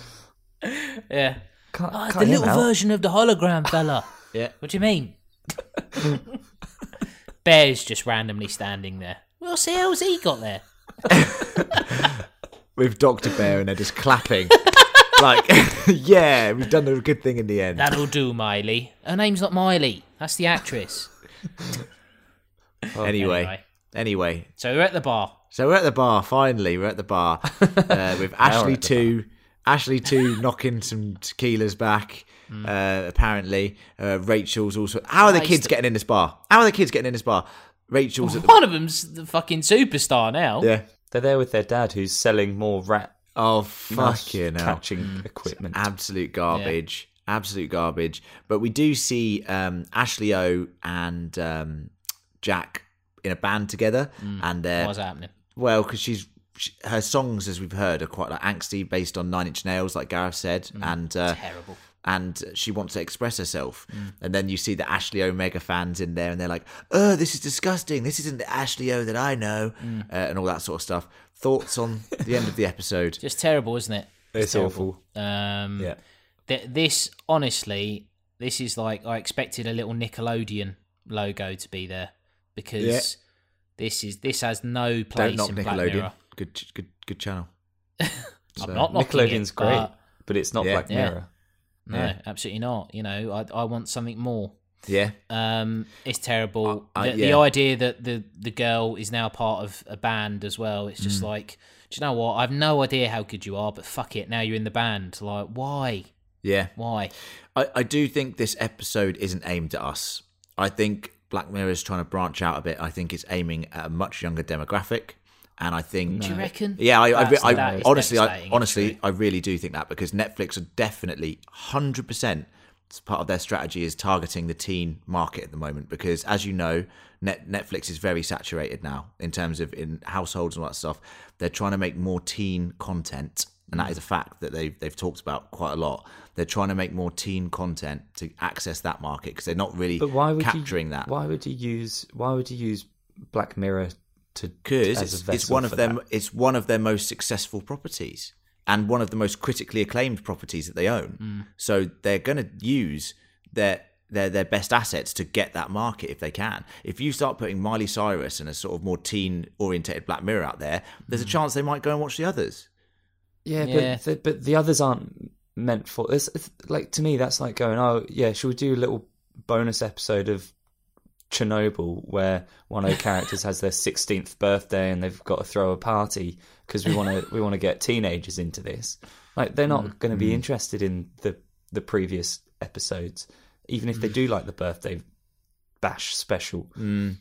Speaker 2: Yeah,
Speaker 3: Can't,
Speaker 2: Ah,
Speaker 3: can't hear
Speaker 2: the
Speaker 3: him
Speaker 2: little
Speaker 3: out.
Speaker 2: version of the hologram fella.
Speaker 1: Yeah.
Speaker 2: What do you mean? Bear's just randomly standing there. Well, see how's he got there.
Speaker 1: with Dr. Bear and they're just clapping. like, yeah, we've done a good thing in the end.
Speaker 2: That'll do, Miley. Her name's not Miley. That's the actress.
Speaker 1: anyway,
Speaker 2: anyway.
Speaker 1: anyway,
Speaker 2: So we're at the bar.
Speaker 1: so we're at the bar, finally, we're at the bar uh, with Ashley
Speaker 3: at the
Speaker 1: 2. Ashley 2 knocking some tequilas back, uh, apparently. Uh, Rachel's also. How are the
Speaker 2: Hmm. Nice Oh.
Speaker 1: kids
Speaker 2: to-
Speaker 1: getting in this bar? How are the kids getting in this bar? Rachel's at the.
Speaker 2: One of them's the fucking superstar now.
Speaker 1: Yeah.
Speaker 3: They're there with their dad who's selling more rat
Speaker 1: Oh,
Speaker 3: mouse
Speaker 1: fucking hell.
Speaker 3: catching equipment.
Speaker 1: absolute garbage absolute garbage but we do see um ashley o and um jack in a band together
Speaker 2: Mm.
Speaker 1: and they're
Speaker 2: What's happening?
Speaker 1: well because she's sh her songs as we've heard are quite like angsty based on nine inch nails like gareth said and uh,
Speaker 2: Mm. Terrible. Mm.
Speaker 1: and she wants to express herself. And then you see the Ashley O mega fans in there, and they're like, "Oh, this is disgusting. This isn't the Ashley O that I know,"
Speaker 2: Mm.
Speaker 1: uh, and all that sort of stuff. Thoughts on the end of the episode?
Speaker 2: Just terrible, isn't it?
Speaker 3: It's,
Speaker 2: terrible.
Speaker 3: awful.
Speaker 2: Um,
Speaker 3: Yeah.
Speaker 2: th- this honestly, this is like I expected a little Nickelodeon logo to be there because
Speaker 3: Yeah.
Speaker 2: this is this has no
Speaker 1: Don't
Speaker 2: place
Speaker 1: knock
Speaker 2: in Black
Speaker 1: Nickelodeon.
Speaker 2: Mirror.
Speaker 1: Good, good, good channel. So-
Speaker 2: I'm not knocking it,
Speaker 3: Nickelodeon's great,
Speaker 2: but
Speaker 3: but it's not
Speaker 1: Yeah.
Speaker 3: Black
Speaker 2: Yeah.
Speaker 3: Mirror.
Speaker 2: no,
Speaker 1: Yeah.
Speaker 2: absolutely not. You know, I I want something more.
Speaker 1: Yeah,
Speaker 2: Um, it's terrible.
Speaker 1: I- I-
Speaker 2: the, the
Speaker 1: yeah.
Speaker 2: idea that the the girl is now part of a band as well. It's just like, do you know what? I've no idea how good you are, but fuck it. Now you're in the band. Like, why?
Speaker 1: yeah.
Speaker 2: Why?
Speaker 1: I, I do think this episode isn't aimed at us. I think Black Mirror is trying to branch out a bit. I think it's aiming at a much younger demographic, and I think
Speaker 2: Do you reckon?
Speaker 1: Yeah, I, I, re-
Speaker 2: That's-
Speaker 1: I,
Speaker 2: that is
Speaker 1: honestly, I,
Speaker 2: devastating,
Speaker 1: honestly,
Speaker 2: actually.
Speaker 1: I really do think that because Netflix are definitely hundred percent part of their strategy is targeting the teen market at the moment because, as you know, Net- Netflix is very saturated now in terms of in households and all that stuff. They're trying to make more teen content, and that is a
Speaker 3: Mm.
Speaker 1: fact that they've they've talked about quite a lot. They're trying to make more teen content to access that market because they're not really
Speaker 3: But why would
Speaker 1: capturing
Speaker 3: you,
Speaker 1: that.
Speaker 3: Why would you use Why would you use Black Mirror to? as
Speaker 1: because
Speaker 3: a
Speaker 1: it's, it's
Speaker 3: vessel
Speaker 1: one of
Speaker 3: for
Speaker 1: them
Speaker 3: that?
Speaker 1: it's one of their most successful properties and one of the most critically acclaimed properties that they own
Speaker 3: Mm.
Speaker 1: so they're going to use their their their best assets to get that market if they can if you start putting miley cyrus and a sort of more teen orientated black mirror out there there's
Speaker 3: Mm.
Speaker 1: a chance they might go and watch the others
Speaker 3: Yeah,
Speaker 2: Yeah.
Speaker 3: But, the, but the others aren't meant for. It's, it's, like to me, that's like going, oh yeah, shall we do a little bonus episode of Chernobyl where one of the characters has their sixteenth birthday and they've got to throw a party because we want to we want to get teenagers into this. Like they're
Speaker 2: Mm,
Speaker 3: not going to be interested in the the previous episodes, even if they
Speaker 2: Mm.
Speaker 3: do like the birthday bash special.
Speaker 1: I'm,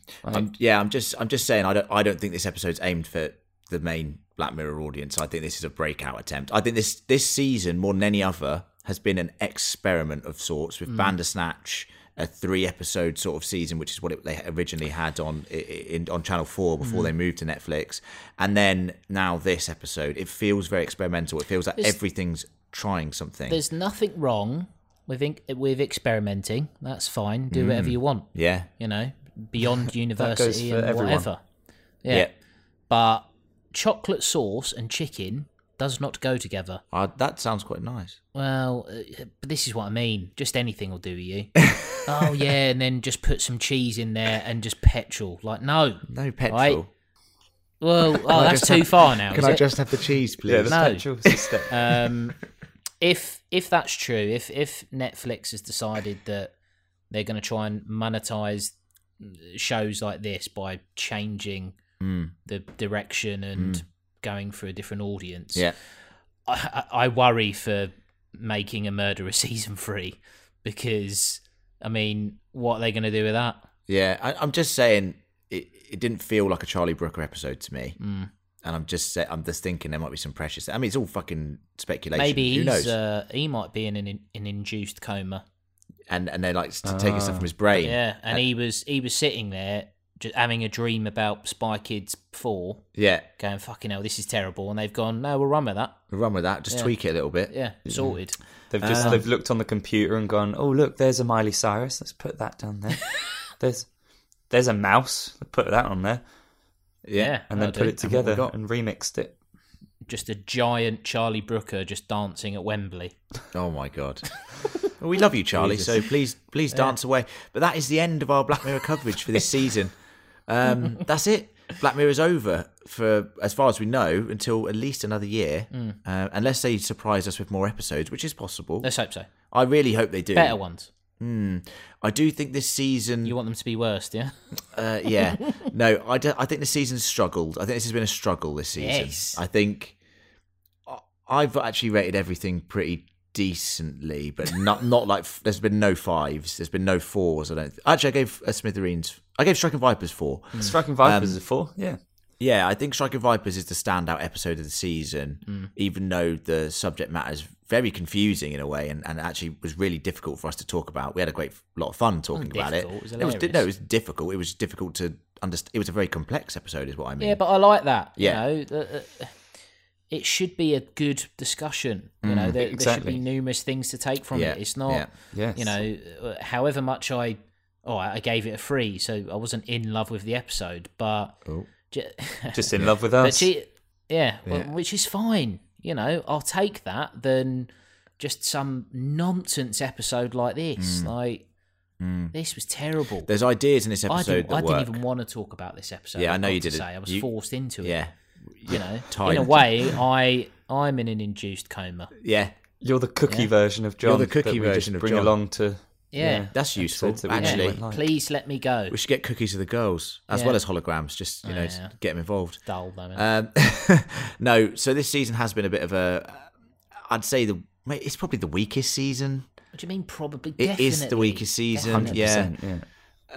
Speaker 1: yeah i'm just i'm just saying i don't i don't think this episode's aimed for the main black mirror audience i think this is a breakout attempt i think this this season more than any other has been an experiment of sorts
Speaker 2: Mm.
Speaker 1: with bandersnatch a three episode sort of season which is what it, they originally had on i- i- in, on channel 4 before
Speaker 2: Mm.
Speaker 1: they moved to netflix and then now this episode it feels very experimental it feels like everything's trying something
Speaker 2: There's nothing wrong with in- with experimenting. That's fine. Do whatever you want.
Speaker 1: yeah
Speaker 2: You know, beyond
Speaker 3: Mm.
Speaker 2: university
Speaker 3: for
Speaker 2: and
Speaker 3: everyone.
Speaker 2: whatever. Yeah.
Speaker 1: yeah
Speaker 2: But chocolate sauce and chicken does not go together.
Speaker 1: Uh, that sounds quite nice
Speaker 2: Well, uh, but this is what I mean. Just anything will do you. oh yeah, and then just put some cheese in there and just petrol. Like no.
Speaker 1: no petrol
Speaker 2: Right. Well, oh, that's too far now. is it?
Speaker 1: have the cheese please
Speaker 3: the
Speaker 2: No.
Speaker 3: petrol system.
Speaker 2: um, if if that's true, if if Netflix has decided that they're going to try and monetize uh, shows like this by changing
Speaker 1: Hmm.
Speaker 2: the direction and going for a different audience,
Speaker 1: yeah
Speaker 2: I, I I worry for making a murderer season three because I mean, what are they going to do with that?
Speaker 1: Yeah, I, I'm just saying it, it didn't feel like a Charlie Brooker episode to me. Mm. And I'm just say, I'm just thinking there might be some precious. I mean, it's all fucking speculation.
Speaker 2: Maybe
Speaker 1: who knows?
Speaker 2: he's uh, he might be in an, in- an induced coma.
Speaker 1: and and they like to take stuff from his brain.
Speaker 2: Yeah, and he was he was sitting there just having a dream about Spy Kids Four,
Speaker 1: yeah.
Speaker 2: going fucking hell, this is terrible, and they've gone, no, we'll run with that.
Speaker 1: We'll run with that. Just tweak it a little bit.
Speaker 2: Yeah, sorted.
Speaker 3: They've just they've looked on the computer and gone, oh look, there's a Miley Cyrus. Let's put that down there. there's there's a mouse. Let's put that on there,
Speaker 2: Yeah,
Speaker 3: and then
Speaker 2: that'll
Speaker 3: put
Speaker 2: do.
Speaker 3: it together
Speaker 1: got?
Speaker 3: and remixed it.
Speaker 2: Just a giant Charlie Brooker just dancing at Wembley.
Speaker 1: Oh my god. Well, we love you, Charlie. So please, please dance away. But that is the end of our Black Mirror coverage for this season. Um, that's it. Black Mirror's over for as far as we know until at least another year,
Speaker 2: Mm.
Speaker 1: uh, unless they surprise us with more episodes, which is possible.
Speaker 2: Let's hope so.
Speaker 1: I really hope they do.
Speaker 2: Better ones.
Speaker 1: I do think this season.
Speaker 2: You want them to be worse, yeah?
Speaker 1: Uh, yeah. no, I, do, I think the season's struggled. I think this has been a struggle this season.
Speaker 2: Yes.
Speaker 1: I think I- I've actually rated everything pretty decently, but not not like f- there's been no fives, there's been no fours. I don't actually. I gave uh, Smithereens. I gave Striking Vipers four.
Speaker 3: Striking Vipers is four. Yeah,
Speaker 1: Yeah, I think Striking Vipers is the standout episode of the season,
Speaker 2: Mm.
Speaker 1: even though the subject matter is very confusing in a way, and, and actually was really difficult for us to talk about. We had a great lot of fun talking about it.
Speaker 2: Mm, difficult, it was
Speaker 1: di- no,
Speaker 2: hilarious.
Speaker 1: it was difficult. It was difficult to understand. It was a very complex episode, is what I mean.
Speaker 2: Yeah, but I like that.
Speaker 1: Yeah.
Speaker 2: You know, The- the- uh, it should be a good discussion. You know, there, there
Speaker 3: exactly.
Speaker 2: should be numerous things to take from
Speaker 1: Yeah,
Speaker 2: it. It's not,
Speaker 1: yeah.
Speaker 3: Yes.
Speaker 2: you know, uh, however much I, oh, I I gave it a three, so I wasn't in love with the episode, but ju-
Speaker 3: just in love with
Speaker 2: but
Speaker 3: us.
Speaker 2: she, yeah, well, which is fine. You know, I'll take that than just some nonsense episode like this. Like this was terrible.
Speaker 1: There's ideas in Hmm. this
Speaker 2: I,
Speaker 1: episode
Speaker 2: didn't,
Speaker 1: that
Speaker 2: I
Speaker 1: work.
Speaker 2: didn't even want to talk about this episode.
Speaker 1: Yeah, I
Speaker 2: I've
Speaker 1: know
Speaker 2: got
Speaker 1: you
Speaker 2: to
Speaker 1: didn't.
Speaker 2: Say. I was
Speaker 1: You-
Speaker 2: forced into it.
Speaker 1: yeah,
Speaker 2: you know,
Speaker 1: tied.
Speaker 2: in a way, I I'm in an induced coma.
Speaker 1: yeah.
Speaker 3: You're the cookie version of John.
Speaker 1: the cookie
Speaker 3: that we just
Speaker 1: version of
Speaker 3: bring
Speaker 1: John.
Speaker 3: along to.
Speaker 2: Yeah.
Speaker 1: That's useful.
Speaker 3: episodes that we
Speaker 1: Actually,
Speaker 3: never went live.
Speaker 2: Please let me go.
Speaker 1: we should get cookies to the girls as
Speaker 2: Yeah. Oh,
Speaker 1: well as holograms. Just you know,
Speaker 2: yeah.
Speaker 1: to get them involved.
Speaker 2: Dull moment.
Speaker 1: Um, no, so this season has been a bit of a. uh, I'd say the mate, it's probably the weakest season.
Speaker 2: what do you mean? Probably.
Speaker 1: It is
Speaker 2: definitely.
Speaker 1: the weakest season. Yeah,
Speaker 3: 100%,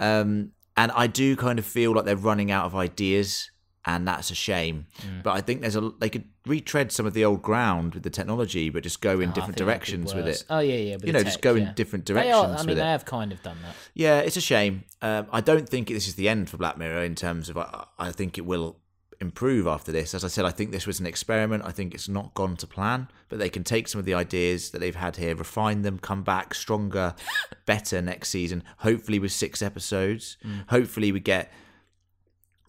Speaker 3: yeah.
Speaker 1: um, and I do kind of feel like they're running out of ideas, and that's a shame.
Speaker 2: Mm.
Speaker 1: But I think there's a they could retread some of the old ground with the technology, but just go in
Speaker 2: Oh,
Speaker 1: different
Speaker 2: I think that'd be
Speaker 1: directions with
Speaker 2: worse.
Speaker 1: it.
Speaker 2: Oh yeah, yeah. with
Speaker 1: You
Speaker 2: the
Speaker 1: know, just
Speaker 2: tech,
Speaker 1: go in
Speaker 2: yeah.
Speaker 1: different
Speaker 2: They are,
Speaker 1: directions
Speaker 2: I mean,
Speaker 1: with it.
Speaker 2: they have kind of done that.
Speaker 1: Yeah, it's a shame. Um, I don't think this is the end for Black Mirror in terms of I, I think it will improve after this. As I said, I think this was an experiment. I think it's not gone to plan, but they can take some of the ideas that they've had here, refine them, come back stronger, better next season. Hopefully, with six episodes. Hopefully, we get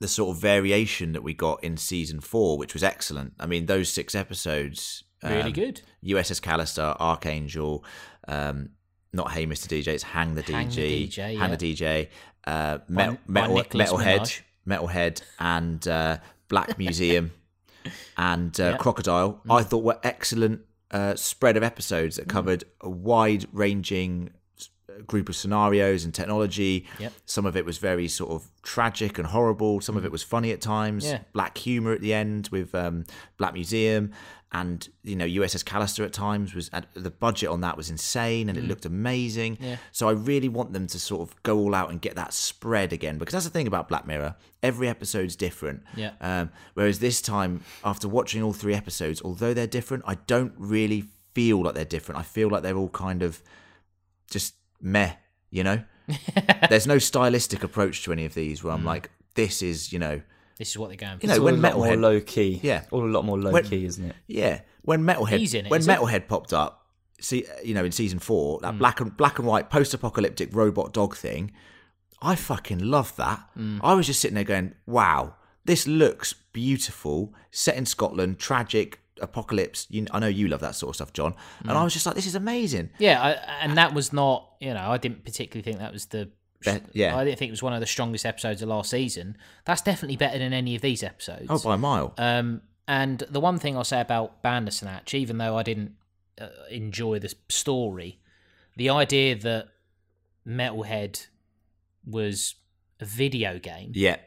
Speaker 1: the sort of variation that we got in season four, which was excellent. I mean, those six episodes
Speaker 2: Really
Speaker 1: um,
Speaker 2: good.
Speaker 1: USS Callister, Archangel, um, not Hey Mr. DJ, it's Hang the
Speaker 2: Hang the
Speaker 1: DJ,
Speaker 2: DJ,
Speaker 1: Hang the DJ, uh, Metal,
Speaker 2: by
Speaker 1: Metal,
Speaker 2: Nicholas
Speaker 1: Metalhead,
Speaker 2: Minaj.
Speaker 1: Metalhead, and uh, Black Museum, and uh, Crocodile.
Speaker 2: Mm.
Speaker 1: I thought were excellent uh, spread of episodes that covered a wide ranging group of scenarios and technology.
Speaker 2: Yep. Mm.
Speaker 1: Some of it was very sort of tragic and horrible. Some of it was funny at times.
Speaker 2: Yeah.
Speaker 1: Black humor at the end with um, Black Museum and you know USS Callister at times was and the budget on that was insane and it looked amazing.
Speaker 2: Mm. Yeah.
Speaker 1: So I really want them to sort of go all out and get that spread again because that's the thing about Black Mirror. Every episode's different.
Speaker 2: Yeah.
Speaker 1: Um, whereas this time, after watching all three episodes, although they're different, I don't really feel like they're different. I feel like they're all kind of just meh, you know? There's no stylistic approach to any of these
Speaker 2: Mm.
Speaker 1: where I'm like, this is, you know,
Speaker 2: This is what they're going for.
Speaker 1: you know,
Speaker 3: It's all
Speaker 1: when
Speaker 3: a lot more
Speaker 1: Metalhead,
Speaker 3: low key.
Speaker 1: Yeah.
Speaker 3: All a lot more low
Speaker 1: When-
Speaker 3: key, isn't it?
Speaker 1: yeah, when Metalhead,
Speaker 2: He's in it, Mm.
Speaker 1: when
Speaker 2: is he?
Speaker 1: Metalhead popped up, see, you know, in season four, that black and black and white post-apocalyptic robot dog thing, I fucking love that.
Speaker 2: Mm.
Speaker 1: I was just sitting there going, wow, this looks beautiful, set in Scotland, tragic apocalypse. You, I know you love that sort of stuff, John, and
Speaker 2: Mm.
Speaker 1: I was just like, this is amazing.
Speaker 2: Yeah, I, and that was not. You know, I didn't particularly think that was the.
Speaker 1: Be- yeah.
Speaker 2: I didn't think it was one of the strongest episodes of last season. That's definitely better than any of these episodes.
Speaker 1: Oh, by a mile.
Speaker 2: Um, and the one thing I'll say about Bandersnatch, even though I didn't uh, enjoy this story, the idea that Metalhead was a video game,
Speaker 1: yeah,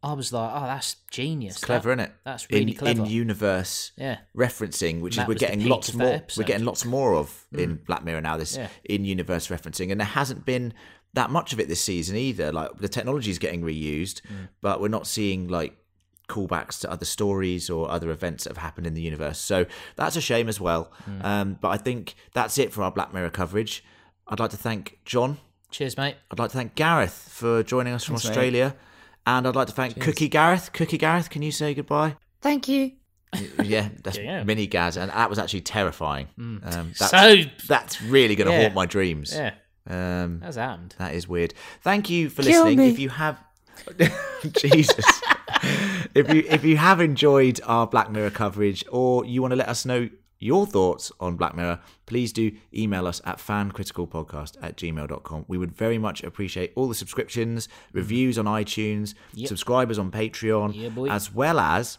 Speaker 2: I was like, oh, that's genius.
Speaker 1: it's clever,
Speaker 2: That-
Speaker 1: isn't it?
Speaker 2: That's really
Speaker 1: in,
Speaker 2: clever.
Speaker 1: In universe,
Speaker 2: yeah.
Speaker 1: referencing, which is
Speaker 2: That
Speaker 1: we're
Speaker 2: was the
Speaker 1: getting
Speaker 2: peak
Speaker 1: lots
Speaker 2: of that
Speaker 1: more.
Speaker 2: episode. Mm.
Speaker 1: We're getting lots more of in Black Mirror now. This
Speaker 2: Yeah.
Speaker 1: in-universe referencing, and there hasn't been that much of it this season either. Like the technology is getting reused,
Speaker 2: Mm.
Speaker 1: but we're not seeing like callbacks to other stories or other events that have happened in the universe. So that's a shame as well.
Speaker 2: Mm.
Speaker 1: Um, but I think that's it for our Black Mirror coverage. I'd like to thank John.
Speaker 2: Cheers, mate.
Speaker 1: I'd like to thank Gareth for joining us from
Speaker 3: Thanks, mate.
Speaker 1: Australia. And I'd like to thank Cookie Gareth. Cookie Gareth, can you say goodbye?
Speaker 5: Thank you.
Speaker 1: Yeah, that's
Speaker 2: Yeah. Mm.
Speaker 1: mini Gaz, and that was actually terrifying. Um, that's,
Speaker 2: So-
Speaker 1: that's really going to
Speaker 2: Yeah.
Speaker 1: haunt my dreams.
Speaker 2: Yeah,
Speaker 1: Um,
Speaker 2: that's happened.
Speaker 1: that is weird. Thank you for
Speaker 5: Kill
Speaker 1: listening.
Speaker 5: me.
Speaker 1: If you have, Jesus, if you if you have enjoyed our Black Mirror coverage, or you want to let us know your thoughts on Black Mirror, please do email us at fancriticalpodcast at gmail.com. We would very much appreciate all the subscriptions, reviews on iTunes, subscribers on Patreon,
Speaker 2: Yeah, boy.
Speaker 1: as well as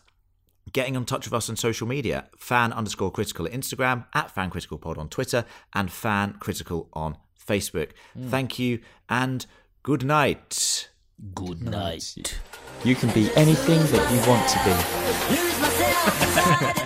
Speaker 1: getting in touch with us on social media fan underscore critical at instagram at fan critical pod on twitter and fan critical on facebook
Speaker 2: Mm.
Speaker 1: thank you and good night
Speaker 2: Good night.
Speaker 3: You can be anything that you want to be.
Speaker 4: Lose myself inside